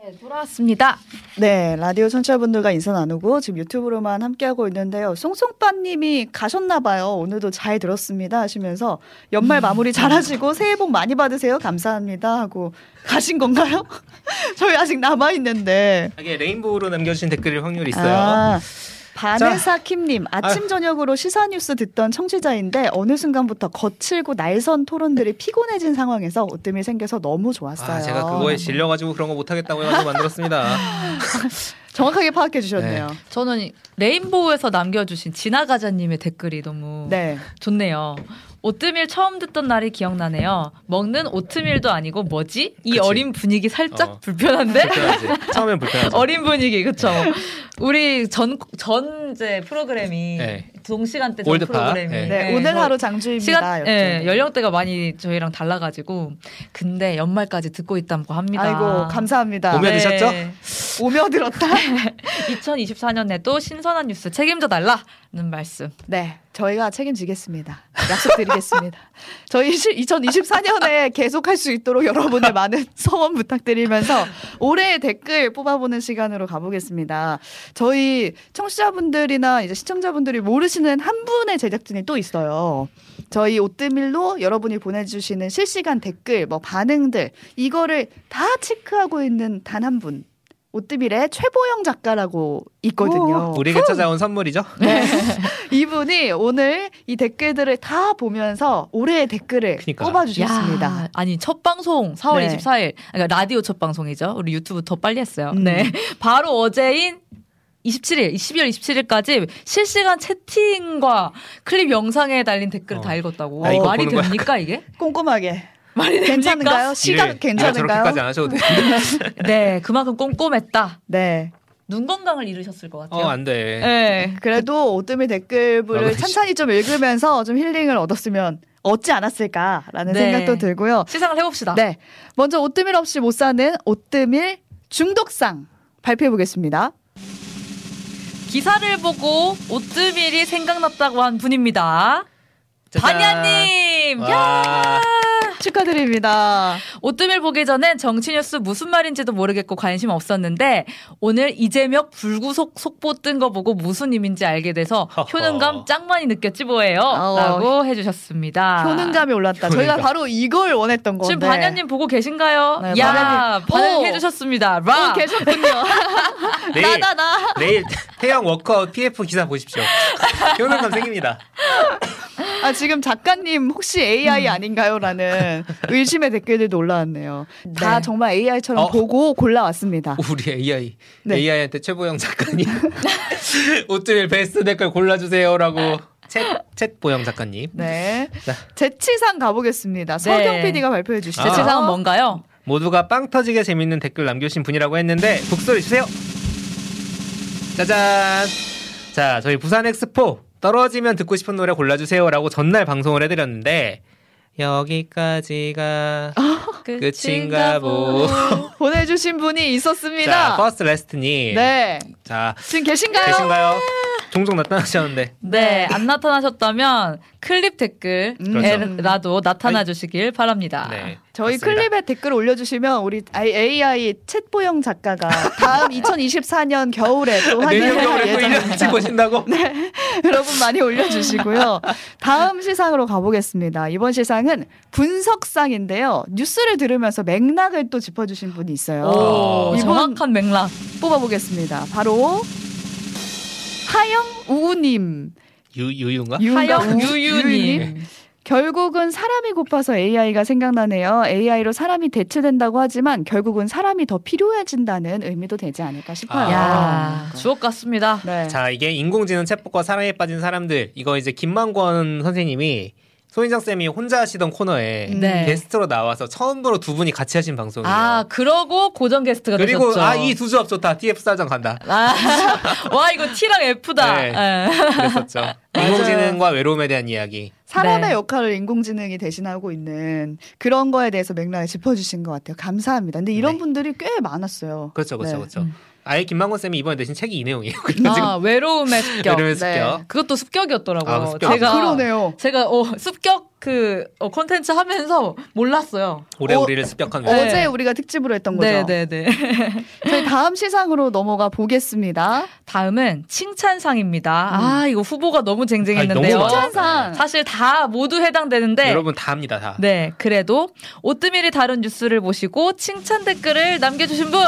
Speaker 3: 네, 돌아왔습니다.
Speaker 1: 네, 라디오 청취자분들과 인사 나누고 지금 유튜브로만 함께하고 있는데요. 송송빠님이 가셨나봐요. 오늘도 잘 들었습니다 하시면서
Speaker 2: 음.
Speaker 1: 연말 마무리 잘하시고 새해 복 많이 받으세요. 감사합니다 하고 가신 건가요? 저희 아직 남아 있는데.
Speaker 2: 이게 레인보우로 남겨주신 댓글일 확률이 있어요.
Speaker 1: 아, 바네사 킴님 아침 저녁으로 시사 뉴스 듣던 청취자인데 어느 순간부터 거칠고 날선 토론들이 피곤해진 상황에서 오뜸이 생겨서 너무 좋았어요.
Speaker 2: 네. 아, 제가 그거에 질려가지고 그런 거 못하겠다고 해가지고 만들었습니다.
Speaker 1: 정확하게 파악해 주셨네요.
Speaker 3: 저는 레인보우에서 남겨주신 지나가자님의 댓글이 너무
Speaker 1: 네.
Speaker 3: 좋네요. 오트밀 처음 듣던 날이 기억나네요. 먹는 오트밀도 아니고 뭐지? 이
Speaker 2: 그치.
Speaker 3: 어린 분위기 살짝
Speaker 2: 어.
Speaker 1: 네?
Speaker 3: 불편한데?
Speaker 2: 불편하지. 처음엔 불편하죠.
Speaker 3: 어린 분위기 그쵸?
Speaker 2: 네.
Speaker 3: 우리 전 전제 프로그램이
Speaker 2: 네.
Speaker 3: 동시간대 전
Speaker 2: 월드파.
Speaker 3: 프로그램이
Speaker 2: 네.
Speaker 1: 네, 오늘
Speaker 3: 저희
Speaker 1: 하루 장주입니다.
Speaker 3: 뭐 시간 예,
Speaker 1: 였죠.
Speaker 3: 연령대가 많이 저희랑 달라가지고 근데 연말까지 듣고 있다고 합니다. 네.
Speaker 1: 아이고 감사합니다.
Speaker 2: 오면- 오며드셨죠?
Speaker 1: 오며들었다.
Speaker 3: 2024년에도 신선한 뉴스 책임져 달라는 말씀.
Speaker 1: 네, 저희가 책임지겠습니다. 약속드리겠습니다. 저희 2024년에 계속할 수 있도록 여러분의 많은 성원 부탁드리면서 올해의 댓글 뽑아보는 시간으로 가보겠습니다. 저희 청취자분들이나 이제 시청자분들이 모르시는 한 분의 제작진이 또 있어요. 저희 오뜨밀로 여러분이 보내주시는 실시간 댓글, 뭐 반응들 이거를 다 체크하고 있는 단 한 분. 오뜨밀의 최보영 작가라고 있거든요.
Speaker 2: 우리에게 찾아온 선물이죠.
Speaker 1: 이분이 오늘 이 댓글들을 다 보면서 올해의 댓글을
Speaker 2: 그니까요.
Speaker 1: 뽑아주셨습니다.
Speaker 3: 야, 아니 첫 방송 4월
Speaker 1: 네.
Speaker 3: 24일 그러니까 라디오 첫 방송이죠. 우리 유튜브 더 빨리 했어요.
Speaker 1: 음.
Speaker 3: 네. 바로 어제인 27일, 12월 27일까지 실시간 채팅과 클립 영상에 달린 댓글
Speaker 2: 어.
Speaker 3: 다 읽었다고.
Speaker 2: 아, 이거
Speaker 3: 말이
Speaker 2: 보는 거야?
Speaker 3: 됩니까 이게?
Speaker 1: 꼼꼼하게. 괜찮은가요? 시각
Speaker 2: 일을- 일을 예, 저렇게까지
Speaker 1: 괜찮은가요?
Speaker 2: 안 하셔도 되는데.
Speaker 3: 네, 그만큼 꼼꼼했다.
Speaker 1: 네.
Speaker 3: 눈 건강을 잃으셨을 것 같아요.
Speaker 2: 어, 안 돼.
Speaker 3: 네.
Speaker 1: 그래도 오뜨미 댓글부를
Speaker 2: 아버지.
Speaker 1: 찬찬히 좀 읽으면서 좀 힐링을 얻었으면 얻지 않았을까라는
Speaker 3: 네.
Speaker 1: 생각도 들고요.
Speaker 3: 시상을 해봅시다.
Speaker 1: 네. 먼저 오뜨밀 없이 못 사는 오뜨밀 중독상 발표해 보겠습니다.
Speaker 3: 기사를 보고 오뜨밀이 생각났다고 한 분입니다.
Speaker 2: 짜잔.
Speaker 3: 반야님!
Speaker 2: 와.
Speaker 3: 야!
Speaker 1: 축하드립니다.
Speaker 3: 오뜨밀 보기 전엔 정치뉴스 무슨 말인지도 모르겠고 관심 없었는데 오늘 이재명 불구속 속보 뜬 거 보고 무슨 의미인지 알게 돼서
Speaker 2: 허허.
Speaker 3: 효능감 짱 많이 느꼈지 뭐예요.
Speaker 1: 어.
Speaker 3: 라고
Speaker 1: 아.
Speaker 3: 해주셨습니다.
Speaker 1: 효능감이 올랐다. 저희가
Speaker 2: 효능감.
Speaker 1: 바로 이걸 원했던 건데.
Speaker 3: 지금 반야님 보고 계신가요?
Speaker 1: 네,
Speaker 3: 야,
Speaker 1: 반야님. 오.
Speaker 3: 반응해주셨습니다. 라!
Speaker 1: 어, 계셨군요.
Speaker 2: 내일,
Speaker 1: 나다 나.
Speaker 2: 내일 태양 워커 PF 기사 보십시오. 효능감 생깁니다.
Speaker 1: 아 지금 작가님 혹시
Speaker 2: 음.
Speaker 1: AI 아닌가요라는 의심의 댓글들도 올라왔네요. 다
Speaker 3: 네.
Speaker 1: 정말 AI처럼
Speaker 2: 어.
Speaker 1: 보고 골라왔습니다.
Speaker 2: 우리 AI
Speaker 1: 네.
Speaker 2: AI한테 최보영 작가님 오뜨밀 베스트 댓글 골라주세요라고 챗챗 보영 작가님
Speaker 1: 네.
Speaker 2: 자. 네.
Speaker 1: 재치상 가보겠습니다. 서경 PD가 발표해 주시죠.
Speaker 2: 아.
Speaker 3: 제 세상은 그 뭔가요?
Speaker 2: 모두가 빵 터지게 재밌는 댓글 남겨주신 분이라고 했는데 북소리 주세요. 짜잔. 자 저희 부산 엑스포 떨어지면 듣고 싶은 노래 골라주세요라고 전날 방송을 해드렸는데 여기까지가 끝인가 보.
Speaker 1: 아. 보내주신 분이
Speaker 2: 자
Speaker 1: 있었습니다.
Speaker 2: 퍼스트 레스트님
Speaker 1: 네.
Speaker 2: 자
Speaker 1: 지금 계신가요?
Speaker 2: 계신가요? 종종 나타나셨는데
Speaker 3: 네, 안 나타나셨다면 클립
Speaker 2: 그렇죠.
Speaker 3: 댓글에라도 나타나 주시길 바랍니다.
Speaker 2: 네,
Speaker 1: 아, 저희
Speaker 2: 맞습니다.
Speaker 1: 클립에 댓글 올려주시면 우리 AI 챗보영 작가가 다음 2024년 겨울에 또
Speaker 2: 아, 내년
Speaker 1: 환영할
Speaker 2: 겨울에 또
Speaker 1: 예정입니다. 네.
Speaker 2: 1년 찍으신다고?
Speaker 1: 여러분 많이 올려주시고요. 다음 시상으로 가보겠습니다. 이번 시상은 분석상인데요. 뉴스를 들으면서 맥락을 또 짚어주신 분이 있어요.
Speaker 3: 오,
Speaker 2: 어.
Speaker 1: 이분
Speaker 3: 정확한 맥락.
Speaker 1: 뽑아보겠습니다. 바로 하영 우우님.
Speaker 2: 유 유유인가?
Speaker 1: 유인가?
Speaker 3: 하영
Speaker 1: 우-
Speaker 3: 유유님.
Speaker 1: 유유님? 결국은 사람이 고파서 AI가 생각나네요. AI로 사람이 대체된다고 하지만 결국은 사람이 더 필요해진다는 의미도 되지 않을까 싶어요.
Speaker 2: 아.
Speaker 3: 야, 주옥 같습니다.
Speaker 1: 네.
Speaker 2: 자 이게 인공지능 챗봇과 사랑에 빠진 사람들 이거 이제 김만권 선생님이 소인장 쌤이 혼자 하시던 코너에
Speaker 3: 네.
Speaker 2: 음, 게스트로 나와서 처음으로 두 분이 같이 하신 방송이에요.
Speaker 3: 아, 그러고 고정 게스트가
Speaker 2: 그리고
Speaker 3: 되셨죠.
Speaker 2: 아 이 두 조합 좋다. TF 사장 간다.
Speaker 3: 아, 와 이거 T랑 F다.
Speaker 2: 네.
Speaker 3: 예.
Speaker 2: 그랬었죠. 인공지능과 외로움에 대한 이야기.
Speaker 1: 사람의
Speaker 3: 네.
Speaker 1: 역할을 인공지능이 대신하고 있는 그런 거에 대해서 맥락을 짚어주신 것 같아요. 감사합니다. 근데 이런
Speaker 2: 네.
Speaker 1: 분들이 꽤 많았어요.
Speaker 2: 그렇죠, 그렇죠,
Speaker 1: 네.
Speaker 2: 그렇죠.
Speaker 3: 음.
Speaker 2: 아예 김만권 쌤이 이번에 내신 책이 이 내용이에요.
Speaker 3: 아, 외로움의 습격.
Speaker 2: 외로움의
Speaker 1: 네.
Speaker 2: 습격.
Speaker 3: 그것도 습격이었더라고요.
Speaker 2: 아, 습격.
Speaker 3: 제가
Speaker 1: 아, 그러네요.
Speaker 3: 제가 어, 습격 그 어, 콘텐츠 하면서 몰랐어요.
Speaker 2: 올해
Speaker 1: 어,
Speaker 2: 우리를 습격한 외로움.
Speaker 3: 네.
Speaker 1: 어제 우리가 특집으로 했던 거죠.
Speaker 3: 네, 네, 네.
Speaker 1: 저희 다음 시상으로 넘어가 보겠습니다.
Speaker 3: 다음은 칭찬상입니다.
Speaker 1: 음.
Speaker 3: 아, 이거 후보가 너무
Speaker 2: 아니,
Speaker 3: 쟁쟁했는데요.
Speaker 2: 너무 많아.
Speaker 1: 칭찬상.
Speaker 3: 사실 다 모두 해당되는데
Speaker 2: 여러분 다 합니다 다.
Speaker 3: 네, 그래도 오뜨밀이 다룬 뉴스를 보시고 칭찬 댓글을 남겨주신 분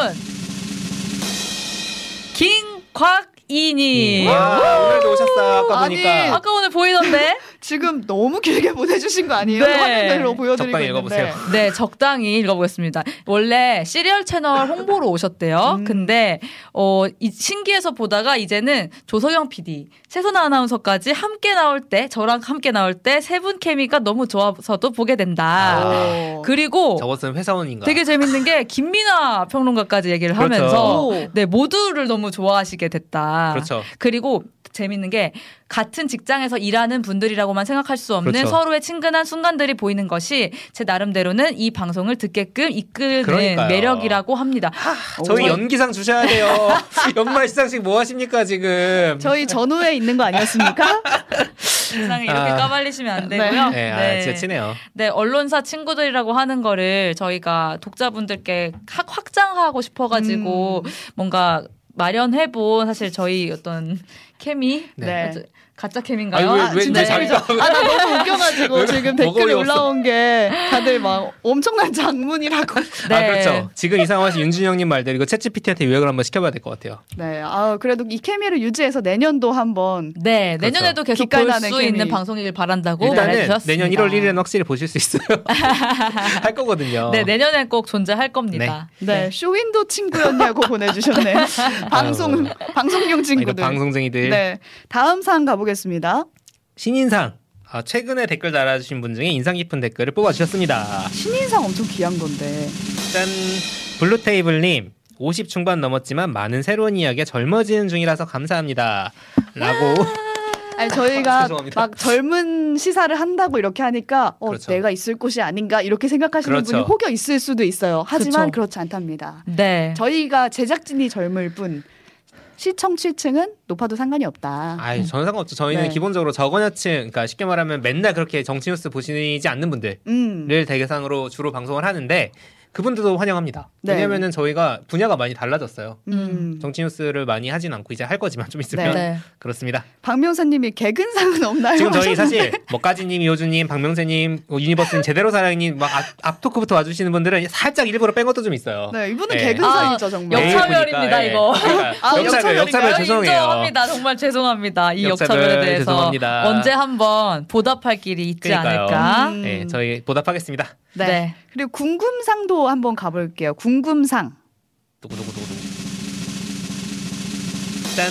Speaker 3: 김곽이님.
Speaker 2: 와 오늘도 오셨어요. 아까
Speaker 1: 아니,
Speaker 2: 보니까
Speaker 3: 네. 아까 오늘 보이던데?
Speaker 1: 지금 너무 길게 보내주신 거 아니에요?
Speaker 3: 네.
Speaker 1: 화면으로 보여드리고
Speaker 2: 적당히
Speaker 1: 있는데.
Speaker 2: 읽어보세요.
Speaker 3: 네, 적당히 읽어보겠습니다. 원래 시리얼 채널 홍보로 오셨대요.
Speaker 1: 음.
Speaker 3: 근데 어, 이 신기해서 보다가 이제는 조석영 PD, 최선아 아나운서까지 함께 나올 때, 저랑 함께 나올 때 세 분 케미가 너무 좋아서도 보게 된다.
Speaker 2: 아,
Speaker 1: 오.
Speaker 3: 그리고
Speaker 2: 저것은 회사원인가?
Speaker 3: 어. 되게 재밌는 게 김민아 평론가까지 얘기를
Speaker 2: 네. 그렇죠.
Speaker 3: 하면서
Speaker 1: 오.
Speaker 3: 네 모두를 너무 좋아하시게 됐다.
Speaker 2: 그렇죠.
Speaker 3: 리고 재밌는 게 같은 직장에서 일하는 분들이라고만 생각할 수 없는
Speaker 2: 그렇죠.
Speaker 3: 서로의 친근한 순간들이 보이는 것이 제 나름대로는 이 방송을 듣게끔 이끄는
Speaker 2: 그러니까요.
Speaker 3: 매력이라고 합니다.
Speaker 2: 저희
Speaker 1: 오.
Speaker 2: 연기상 주셔야 돼요. 연말 시상식 뭐 하십니까 지금?
Speaker 1: 저희 전후에 있는 거 아니었습니까?
Speaker 3: 세상에 이렇게
Speaker 2: 아.
Speaker 3: 까발리시면 안 되고요.
Speaker 2: 네, 아, 진짜 친해요.
Speaker 3: 네, 언론사 친구들이라고 하는 거를 저희가 독자분들께 확, 확장하고 싶어가지고
Speaker 2: 음.
Speaker 3: 뭔가 마련해본 사실 저희 어떤 케미?
Speaker 1: 네.
Speaker 3: 가짜- 가짜 케미인가요?
Speaker 2: 아니, 왜-
Speaker 1: 아, 진짜
Speaker 2: 왜
Speaker 1: 재밌어.
Speaker 2: 자기가-
Speaker 1: 아, 나 너무 웃겨가지고
Speaker 2: 왜-
Speaker 1: 지금
Speaker 2: 뭐가
Speaker 1: 댓글에
Speaker 2: 어이없어?
Speaker 1: 올라온 게 다들 막 엄청난 장문이라고.
Speaker 3: 네.
Speaker 2: 아 그렇죠. 지금 이 상황에서 윤준영님 말대로 이거 챗GPT한테 요약을 한번 시켜봐야 될 것 같아요.
Speaker 1: 네, 아 그래도 이 케미를 유지해서 내년도 한번
Speaker 3: 네, 내년에도 계속 볼
Speaker 1: 기깔나는
Speaker 3: 수
Speaker 1: 케미.
Speaker 3: 있는 방송이길 바란다고
Speaker 2: 그렇죠. 일단은 어.
Speaker 3: 말해주셨습니다.
Speaker 2: 내년 1월 1일에는 확실히 보실 수 있어요. 할 거거든요. 아,
Speaker 3: 네, 내년엔 꼭 존재할 겁니다.
Speaker 1: 네, 쇼윈도 친구였냐고 보내주셨네요. 방송 방송용
Speaker 2: 아, 이런
Speaker 1: 친구들.
Speaker 2: 방송쟁이들
Speaker 1: 네, 다음 상 가보겠습니다.
Speaker 2: 신인상 아, 최근에 댓글 달아주신 분 중에 인상 깊은 댓글을 뽑아주셨습니다.
Speaker 1: 신인상 엄청 귀한 건데.
Speaker 2: 짠 블루테이블님 50 중반 넘었지만 많은 새로운 이야기에 젊어지는 중이라서 감사합니다. 라고
Speaker 1: 아니 저희가
Speaker 2: 죄송합니다.
Speaker 1: 막 젊은 시사를 한다고 이렇게 하니까 어,
Speaker 2: 그렇죠.
Speaker 1: 내가 있을 곳이 아닌가 이렇게 생각하시는
Speaker 2: 그렇죠.
Speaker 1: 분이 혹여 있을 수도 있어요. 하지만
Speaker 3: 그쵸.
Speaker 1: 그렇지 않답니다.
Speaker 3: 네.
Speaker 1: 저희가 제작진이 젊을 뿐 시청취층은 높아도 상관이 없다.
Speaker 2: 아이 저는 상관없죠. 저희는
Speaker 1: 네.
Speaker 2: 기본적으로 저거냐층 그러니까 쉽게 말하면 맨날 그렇게 정치 뉴스 보시지 않는 분들을
Speaker 1: 음.
Speaker 2: 네. 대상으로 주로 방송을 하는데 그분들도 환영합니다.
Speaker 1: 네.
Speaker 2: 왜냐면은 저희가 분야가 많이 달라졌어요.
Speaker 1: 음.
Speaker 2: 정치 뉴스를 많이 하진 않고 이제 할 거지만 좀
Speaker 1: 네.
Speaker 2: 있으면
Speaker 3: 네.
Speaker 2: 그렇습니다.
Speaker 1: 박 변사님이 개근상은 없나요?
Speaker 2: 지금 저희
Speaker 1: 하셨는데.
Speaker 2: 사실 뭐까지님, 이호주님, 박명세님, 뭐 유니버스님, 제대로 사랑님 막 앞, 앞토크부터 와주시는 분들은 살짝 일부러 뺀 것도 좀 있어요.
Speaker 1: 네 이분은
Speaker 2: 네.
Speaker 1: 개근상
Speaker 3: 아,
Speaker 1: 있죠 정말.
Speaker 2: 내일
Speaker 3: 역차별입니다,
Speaker 2: 보니까, 예.
Speaker 3: 이거.
Speaker 2: 그러니까
Speaker 1: 아,
Speaker 2: 역차별,
Speaker 1: 역차별인가요?
Speaker 2: 역차별 죄송해요.
Speaker 3: 네, 인정합니다. 정말 죄송합니다. 이
Speaker 2: 역차별
Speaker 3: 역차별, 에 대해서
Speaker 2: 죄송합니다.
Speaker 3: 언제 한번 보답할 길이 있지
Speaker 2: 그러니까요.
Speaker 3: 않을까.
Speaker 1: 음.
Speaker 2: 네, 저희 보답하겠습니다.
Speaker 1: 네.
Speaker 3: 네.
Speaker 1: 그리고 궁금상도 한번 가볼게요. 궁금상
Speaker 2: 두구두구두구두구. 짠.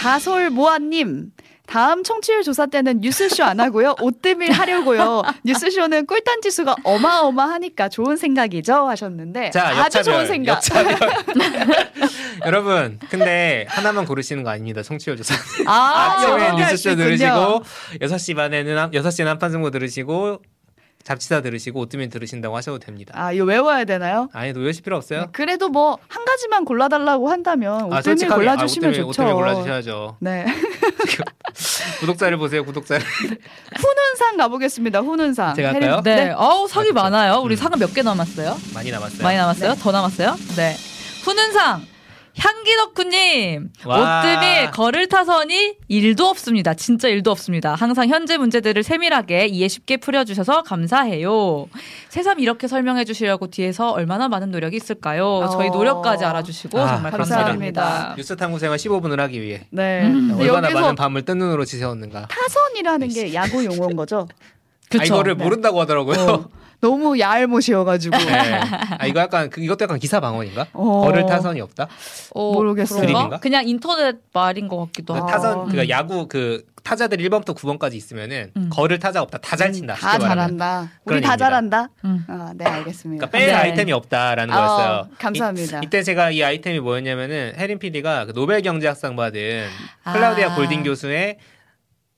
Speaker 1: 다솔 모아님. 다음 청취율 조사 때는 뉴스쇼 안 하고요. 옷대밀 하려고요. 뉴스쇼는 꿀단 지수가 어마어마하니까 좋은 생각이죠 하셨는데
Speaker 2: 자,
Speaker 1: 아주
Speaker 2: 역차별.
Speaker 1: 좋은 생각.
Speaker 2: 역차별. 여러분, 근데 하나만 고르시는 거 아닙니다. 청취율 조사.
Speaker 1: 아,
Speaker 2: 아침에
Speaker 1: 역차별 할수
Speaker 2: 뉴스쇼
Speaker 1: 있군요.
Speaker 2: 들으시고 6시 반에는 한- 6시에는 한판 승부 들으시고 잡지사 들으시고 오뜨면 들으신다고 하셔도 됩니다.
Speaker 1: 아, 이거 외워야 되나요?
Speaker 2: 아니 노여실 필요 없어요.
Speaker 1: 네, 그래도 뭐 한 가지만 골라달라고 한다면
Speaker 2: 아,
Speaker 1: 옷대밀
Speaker 2: 솔직하게,
Speaker 1: 골라주시면
Speaker 2: 아, 오뜨밀,
Speaker 1: 좋죠.
Speaker 2: 오뜨밀 골라주셔야죠.
Speaker 1: 네.
Speaker 2: 구독자를 보세요. 구독자를.
Speaker 1: 훈훈상 가보겠습니다. 훈훈상.
Speaker 2: 제가
Speaker 1: 해리-
Speaker 2: 할까요?
Speaker 3: 네. 어우, 상이
Speaker 2: 아, 그렇죠.
Speaker 3: 많아요. 우리
Speaker 2: 음.
Speaker 3: 상은 몇 개 남았어요?
Speaker 2: 많이 남았어요.
Speaker 3: 많이 남았어요?
Speaker 1: 네.
Speaker 3: 더 남았어요? 네. 훈은상 향기덕후님
Speaker 2: 와.
Speaker 3: 옷뜸이 걸을 타서니 일도 없습니다. 진짜 일도 없습니다. 항상 현재 문제들을 세밀하게 이해 쉽게 풀어주셔서 감사해요. 새삼 이렇게 설명해 주시려고 뒤에서 얼마나 많은 노력이 있을까요? 저희
Speaker 1: 어.
Speaker 3: 노력까지 알아주시고
Speaker 2: 아,
Speaker 3: 정말
Speaker 1: 감사합니다.
Speaker 3: 감사합니다.
Speaker 2: 뉴스 탐구 생활 15분을 하기 위해
Speaker 1: 네. 근데
Speaker 2: 음. 얼마나
Speaker 1: 여기서
Speaker 2: 많은 밤을 뜬 눈으로 지새웠는가.
Speaker 1: 타선이라는 게 야구 용어인 거죠.
Speaker 2: 아,
Speaker 3: 그렇죠.
Speaker 2: 이거를 모른다고 하더라고요.
Speaker 1: 네. 어, 너무 야알못이어가지고.
Speaker 2: 네. 아 이거 약간 그- 이것도 약간 기사 방언인가?
Speaker 1: 어.
Speaker 2: 걸을 타선이 없다.
Speaker 3: 어,
Speaker 1: 모르겠어요.
Speaker 3: 그런가?
Speaker 2: 드립인가? 네.
Speaker 3: 그냥 인터넷 말인 것 같기도 하고.
Speaker 1: 아.
Speaker 2: 그러니까 타선 그니까
Speaker 3: 음.
Speaker 2: 야구 그 타자들 1번부터 9번까지 있으면은
Speaker 3: 음.
Speaker 2: 걸을 타자 없다. 다 잘 친다.
Speaker 1: 다
Speaker 2: 쉽게 말하면.
Speaker 1: 잘한다. 우리
Speaker 2: 그런
Speaker 1: 다
Speaker 2: 의미입니다.
Speaker 1: 잘한다.
Speaker 3: 음.
Speaker 1: 아, 네 알겠습니다.
Speaker 2: 그러니까 뺄
Speaker 3: 네.
Speaker 2: 아이템이 없다라는 거였어요.
Speaker 1: 어, 감사합니다.
Speaker 2: 이, 때 제가 이 아이템이 뭐였냐면은 해린 PD가 그 노벨 경제학상 받은
Speaker 3: 아.
Speaker 2: 클라우디아 골딩 교수의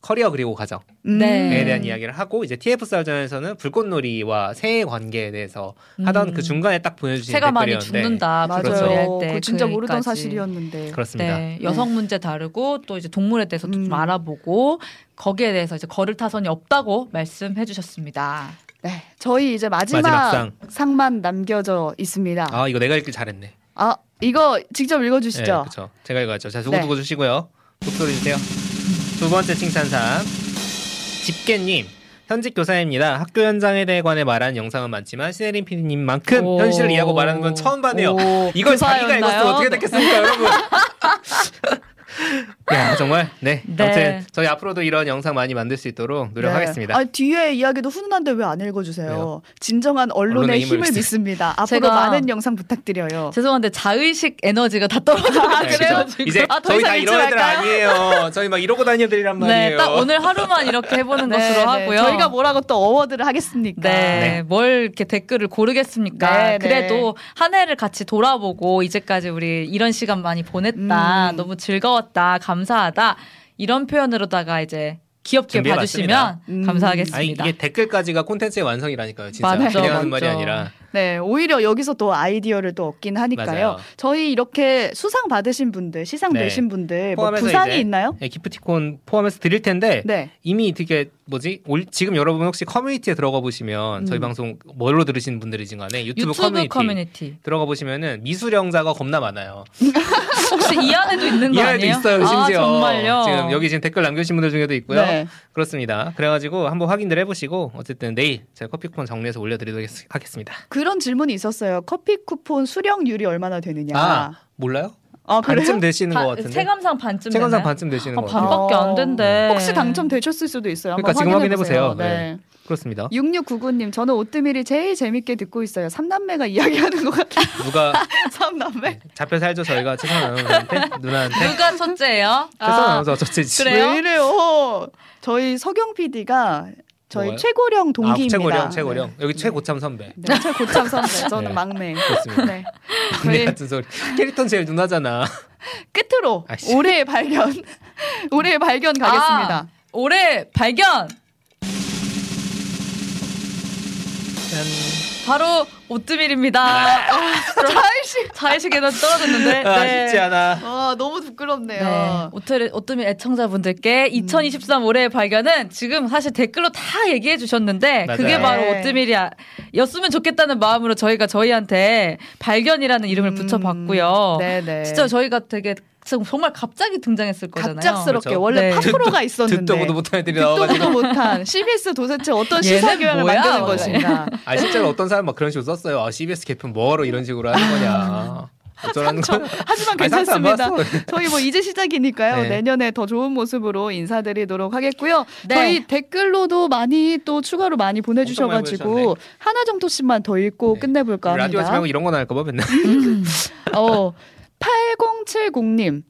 Speaker 2: 커리어 그리고 가정에
Speaker 1: 음.
Speaker 3: 네.
Speaker 2: 대한 이야기를 하고 이제 TF 썰전에서는 불꽃놀이와 새의 관계에 대해서
Speaker 3: 음.
Speaker 2: 하던 그 중간에 딱 보내주신
Speaker 3: 새가 많이
Speaker 2: 댓글이었는데
Speaker 3: 죽는다.
Speaker 1: 맞아요.
Speaker 2: 그렇죠.
Speaker 3: 그렇죠. 할 때.
Speaker 1: 그거 진짜
Speaker 3: 그
Speaker 1: 모르던
Speaker 3: 얘기까지.
Speaker 1: 사실이었는데.
Speaker 2: 그렇습니다.
Speaker 3: 네, 여성 문제 다르고 또 이제 동물에 대해서
Speaker 1: 음.
Speaker 3: 좀 알아보고 거기에 대해서 이제 걸을 타선이 없다고 말씀해 주셨습니다.
Speaker 1: 네, 저희 이제 마지막,
Speaker 2: 마지막 상.
Speaker 1: 상만 남겨져 있습니다. 아,
Speaker 2: 아 이거 내가 읽길 잘했네.
Speaker 1: 이거 직접
Speaker 2: 네,
Speaker 1: 읽어주시죠.
Speaker 2: 그렇죠. 제가 읽었죠. 자,
Speaker 3: 네.
Speaker 2: 두고두고 주시고요. 목소리 주세요. 두 번째 칭찬상. 집게님. 현직 교사입니다. 학교 현장에 대해 관해 말한 영상은 많지만 신혜림 PD님만큼
Speaker 3: 오.
Speaker 2: 그 현실을 이해하고 말하는 건 처음 봤네요.
Speaker 3: 오, 그
Speaker 2: 이걸 자기가
Speaker 3: 교사였나요?
Speaker 2: 읽었으면 어떻게 됐겠습니까, 여러분? 야, 정말. 네.
Speaker 3: 네.
Speaker 2: 아무튼 저희 앞으로도 이런 영상 많이 만들 수 있도록 노력하겠습니다.
Speaker 1: 네. 아, 뒤에 이야기도 훈훈한데 왜 안 읽어주세요?
Speaker 2: 왜요?
Speaker 1: 진정한 언론의,
Speaker 2: 언론의 힘을
Speaker 1: 힘을
Speaker 2: 믿습니다.
Speaker 1: 믿습니다. 앞으로
Speaker 3: 제가-
Speaker 1: 많은 영상 부탁드려요.
Speaker 3: 죄송한데 자의식 에너지가 다 떨어져가지고
Speaker 2: 네, 그죠? 이제
Speaker 3: 아, 더
Speaker 2: 저희
Speaker 3: 이상
Speaker 2: 다
Speaker 3: 읽지
Speaker 2: 이런 애들
Speaker 3: 말까요?
Speaker 2: 아니에요. 저희 막 이러고 다니는 애들이란 그 말이에요.
Speaker 3: 네, 딱 오늘 하루만 이렇게 해보는
Speaker 1: 네,
Speaker 3: 것으로
Speaker 1: 네.
Speaker 3: 하고요.
Speaker 1: 저희가 뭐라고 또 어워드를 하겠습니까?
Speaker 3: 네,
Speaker 2: 네.
Speaker 3: 뭘 이렇게 댓글을 고르겠습니까?
Speaker 1: 네, 네.
Speaker 3: 그래도 한 해를 같이 돌아보고 이제까지 우리 이런 시간 많이 보냈다,
Speaker 1: 음.
Speaker 3: 너무 즐거웠다, 감사하다 이런 표현으로다가 이제 귀엽게
Speaker 2: 준비해봤습니다.
Speaker 3: 봐주시면
Speaker 1: 음.
Speaker 3: 감사하겠습니다.
Speaker 2: 아니 이게 댓글까지가 콘텐츠의 완성이라니까요. 진짜
Speaker 3: 맞아요,
Speaker 2: 그냥 하는 말이
Speaker 3: 맞죠.
Speaker 2: 아니라
Speaker 1: 네, 오히려 여기서 또 아이디어를 또 얻긴 하니까요.
Speaker 2: 맞아요.
Speaker 1: 저희 이렇게 수상 받으신 분들, 시상
Speaker 2: 네.
Speaker 1: 내신 분들, 뭐
Speaker 2: 포함해서
Speaker 1: 부상이
Speaker 2: 이제
Speaker 1: 있나요?
Speaker 2: 예, 기프티콘 포함해서 드릴 텐데
Speaker 1: 네.
Speaker 2: 이미 되게 뭐지 올- 지금 여러분 혹시 커뮤니티에 들어가 보시면 저희
Speaker 1: 음.
Speaker 2: 방송 뭘로 들으시는 분들이지 간에 유튜브,
Speaker 3: 유튜브
Speaker 2: 커뮤니티,
Speaker 3: 커뮤니티.
Speaker 2: 들어가 보시면은 미수령자가 겁나 많아요.
Speaker 3: 혹시 이 안에도 있는 거
Speaker 2: 이 안에도
Speaker 3: 아니에요?
Speaker 2: 있어요
Speaker 3: 아,
Speaker 2: 심지어
Speaker 3: 정말요.
Speaker 2: 지금 여기 지금 댓글 남겨주신 분들 중에도 있고요.
Speaker 1: 네.
Speaker 2: 그렇습니다. 그래가지고 한번 확인을 해보시고 어쨌든 내일 제가 커피콘 정리해서 올려드리도록 하겠습니다.
Speaker 1: 그런 질문이 있었어요. 커피 쿠폰 수령률이 얼마나 되느냐.
Speaker 2: 아 몰라요?
Speaker 1: 아,
Speaker 2: 반쯤 되시는
Speaker 3: 반-
Speaker 2: 것 같은데
Speaker 3: 체감상 반쯤
Speaker 2: 체감상
Speaker 3: 되나요?
Speaker 2: 반쯤 되시는
Speaker 3: 아,
Speaker 2: 것 같아요.
Speaker 3: 반밖에 안 된대.
Speaker 1: 혹시 당첨되셨을 수도 있어요. 한번
Speaker 2: 그러니까 지금
Speaker 1: 확인해
Speaker 2: 확인해보세요.
Speaker 1: 보세요. 네.
Speaker 2: 그렇습니다.
Speaker 1: 6699님, 저는 오뜨밀이 제일 재밌게 듣고 있어요. 삼남매가 이야기하는 것 같아요.
Speaker 2: 누가
Speaker 1: 삼남매?
Speaker 2: 잡혀 살죠 저희가 최선 아나운서한테 누나한테 최선
Speaker 3: 누가 첫째예요?
Speaker 1: 아,
Speaker 2: 아나운서 첫째지
Speaker 3: 그래요?
Speaker 1: 왜 이래요? 저희 서경 PD가 저희
Speaker 2: 뭐가요?
Speaker 1: 최고령 동기입니다.
Speaker 2: 아, 최고령, 최고령. 여기 최고참 선배.
Speaker 1: 네, 네, 최고참 선배. 저는
Speaker 2: 네.
Speaker 1: 막내.
Speaker 2: 좋습니다.
Speaker 1: 네.
Speaker 2: 막내
Speaker 1: 저희-
Speaker 2: 같은 소리. 캐릭터는 제일 누나잖아.
Speaker 1: 끝으로
Speaker 2: 아이씨.
Speaker 1: 올해의 발견, 올해의 발견 가겠습니다.
Speaker 3: 아, 올해 발견 바로 오뜨밀입니다. 아,
Speaker 1: 자의식.
Speaker 3: 자의식에는 떨어졌는데.
Speaker 1: 네.
Speaker 2: 아, 쉽지 않아.
Speaker 1: 아 너무
Speaker 3: 네.
Speaker 1: 부끄럽네요.
Speaker 3: 오뜨밀, 오뜨밀
Speaker 2: 음.
Speaker 3: 애청자분들의 2023 올해의 발견은 지금 사실 댓글로 다 얘기해 주셨는데
Speaker 2: 맞아요.
Speaker 3: 그게 바로
Speaker 1: 네.
Speaker 3: 오뜨밀이었으면 좋겠다는 마음으로 저희가 저희한테 발견이라는 이름을
Speaker 1: 음,
Speaker 3: 붙여봤고요.
Speaker 1: 네네.
Speaker 3: 진짜 저희가 되게 지금 정말 갑자기 등장했을 거잖아요.
Speaker 1: 갑작스럽게
Speaker 2: 그렇죠.
Speaker 1: 원래
Speaker 3: 네.
Speaker 1: 팝프로가 있었는데
Speaker 2: 듣도 보도 못한 애들이
Speaker 1: 듣도
Speaker 2: 나와가지고.
Speaker 1: 보도 못한 CBS 도대체 어떤
Speaker 3: 얘는
Speaker 1: 시사 교양을
Speaker 3: 뭐야?
Speaker 1: 만드는
Speaker 3: 원래.
Speaker 1: 것인가.
Speaker 2: 아 실제로 어떤 사람 막 그런 식으로 썼어요. 아, CBS 개편 뭐하러 이런 식으로 하는 거냐. 어쩌라는 거.
Speaker 1: 그렇죠. 하지만
Speaker 2: 아니, 상처 안
Speaker 1: 괜찮습니다.
Speaker 2: 받았어.
Speaker 1: 저희 뭐 이제 시작이니까요.
Speaker 2: 네.
Speaker 1: 내년에 더 좋은 모습으로 인사드리도록 하겠고요.
Speaker 3: 네.
Speaker 1: 저희 댓글로도 많이 또 추가로 많이
Speaker 2: 엄청 많이
Speaker 1: 보내주셔가지고 하나 정도씩만 더 읽고
Speaker 2: 네.
Speaker 1: 끝내볼까 그러니까. 합니다.
Speaker 2: 라디오 하지 말고 이런 거 나올까 봐 맨날.
Speaker 1: 어, 8070님.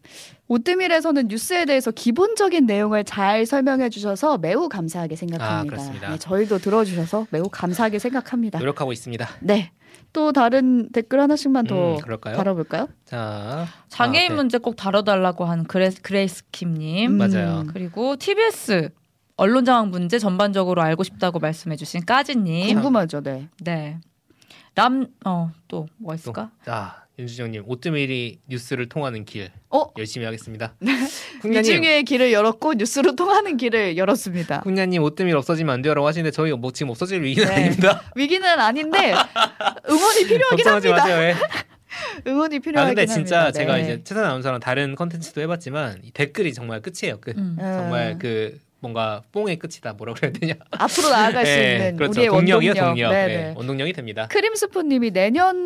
Speaker 1: 오뜨밀에서는 뉴스에 대해서 기본적인 내용을 잘 설명해 주셔서 매우 감사하게 생각합니다.
Speaker 2: 아, 그렇습니다.
Speaker 1: 네, 저희도 들어주셔서 매우 감사하게 생각합니다.
Speaker 2: 노력하고 있습니다.
Speaker 1: 네. 또 다른 댓글 하나씩만 더
Speaker 2: 음, 그럴까요?
Speaker 1: 다뤄볼까요?
Speaker 2: 자
Speaker 3: 장애인
Speaker 2: 아, 네.
Speaker 3: 문제 꼭 다뤄달라고 한 그레, 그레이스킴님.
Speaker 1: 음.
Speaker 2: 맞아요.
Speaker 3: 그리고 TBS 언론 장악 문제 전반적으로 알고 싶다고 말씀해주신 까지님.
Speaker 2: 음.
Speaker 1: 궁금하죠, 네.
Speaker 3: 네. 람, 어, 또
Speaker 2: 또,
Speaker 3: 뭐가 있을까?
Speaker 2: 자 윤주정님 오뜨밀이 뉴스를 통하는 길
Speaker 1: 어?
Speaker 2: 열심히 하겠습니다.
Speaker 1: 이
Speaker 2: 훈냐님
Speaker 1: 중에 길을 열었고 뉴스로 통하는 길을 열었습니다.
Speaker 2: 훈냐님 오뜨밀 없어지면 안 돼요라고 하시는데 저희 뭐 지금 없어질 위기는
Speaker 1: 아. 네.
Speaker 2: 아닙니다.
Speaker 1: 위기는 아닌데 응원이 필요하긴
Speaker 2: 걱정하지
Speaker 1: 합니다.
Speaker 2: 마세요. 예.
Speaker 1: 응원이
Speaker 2: 아
Speaker 1: 필요하긴
Speaker 2: 근데 진짜
Speaker 1: 합니다.
Speaker 2: 제가
Speaker 1: 네.
Speaker 2: 이제 최선 아나운서랑 다른 컨텐츠도 해봤지만 이 댓글이 정말 끝이에요. 끝.
Speaker 3: 음.
Speaker 1: 음,
Speaker 2: 정말 그 뭔가 뽕의 끝이다 뭐라 그래야 되냐.
Speaker 1: 앞으로 나아갈 수
Speaker 2: 예,
Speaker 1: 있는 그러니까
Speaker 2: 그렇죠.
Speaker 1: 우리의
Speaker 2: 동력이요
Speaker 1: 원동력.
Speaker 2: 동력.
Speaker 1: 네,
Speaker 2: 예,
Speaker 1: 네.
Speaker 2: 원동력이 됩니다.
Speaker 1: 크림스프님이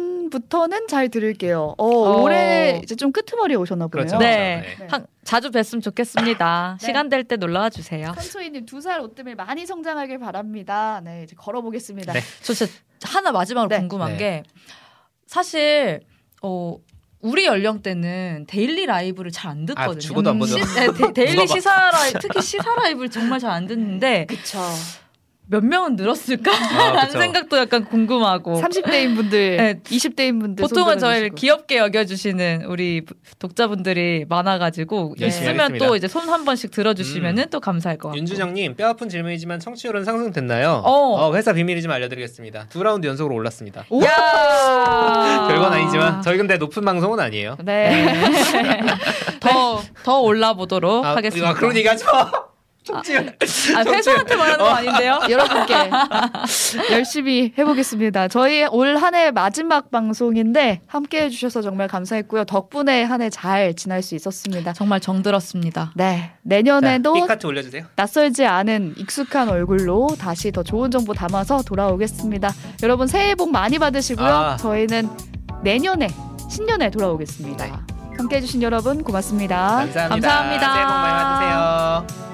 Speaker 1: 내년부터는 잘 들을게요. 어,
Speaker 3: 어.
Speaker 1: 올해 이제 좀 끄트머리에 오셨나 보네요.
Speaker 2: 그렇죠.
Speaker 3: 네.
Speaker 2: 네.
Speaker 3: 한- 자주 뵀으면 좋겠습니다.
Speaker 1: 네.
Speaker 3: 시간 될 때 놀러와 주세요.
Speaker 1: 선초이님 두 살 오뜨밀 많이 성장하길 바랍니다. 네, 이제 걸어보겠습니다.
Speaker 2: 네.
Speaker 3: 저 진짜 하나 마지막으로
Speaker 1: 네.
Speaker 3: 궁금한
Speaker 2: 네.
Speaker 3: 게 사실 어 우리 연령대는 데일리 라이브를 잘 안 듣거든요.
Speaker 2: 아, 죽어도 안 보죠.
Speaker 3: 시- 네, 데- 데일리
Speaker 2: 누가 봐.
Speaker 3: 시사 라이 특히 시사 라이브를 정말 잘 안 듣는데
Speaker 1: 그쵸.
Speaker 3: 몇 명은 늘었을까라는
Speaker 2: 아, 그쵸.
Speaker 3: 생각도 약간 궁금하고
Speaker 1: 30대인 분들,
Speaker 3: 어. 네.
Speaker 1: 20대인 분들.
Speaker 3: 보통은
Speaker 1: 손들어
Speaker 3: 저희를
Speaker 1: 주시고.
Speaker 3: 귀엽게 여겨주시는 우리 독자분들이 많아가지고
Speaker 2: 네.
Speaker 3: 있으면
Speaker 2: 알겠습니다.
Speaker 3: 또 이제 손 한 번씩 들어주시면은 또 감사할 것 같고
Speaker 2: 윤주정님 뼈 아픈 질문이지만 청취율은 상승됐나요?
Speaker 3: 어.
Speaker 2: 어, 회사 비밀이 좀 알려드리겠습니다. 두 라운드 연속으로 올랐습니다.
Speaker 1: 오!
Speaker 3: 야
Speaker 2: 별건 아니지만 저희 근데 높은 방송은 아니에요.
Speaker 3: 네. 더, 더 올라보도록
Speaker 2: 아,
Speaker 3: 하겠습니다.
Speaker 2: 아, 그런 얘기하죠. 청취율.
Speaker 3: 아, 회사한테 말하는 거 아닌데요?
Speaker 1: 여러분께 열심히 해보겠습니다. 저희 올 한 해 마지막 방송인데 함께 해주셔서 정말 감사했고요. 덕분에 한 해 잘 지날 수 있었습니다.
Speaker 3: 정말 정들었습니다.
Speaker 1: 네.
Speaker 2: 자,
Speaker 1: 내년에도
Speaker 2: 빅카트 올려주세요.
Speaker 1: 낯설지 않은 익숙한 얼굴로 다시 더 좋은 정보 담아서 돌아오겠습니다. 여러분 새해 복 많이 받으시고요.
Speaker 2: 아.
Speaker 1: 저희는 내년에 신년에 돌아오겠습니다.
Speaker 2: 네.
Speaker 1: 함께 해주신 여러분 고맙습니다.
Speaker 2: 감사합니다.
Speaker 3: 감사합니다.
Speaker 2: 새해 복 많이 받으세요.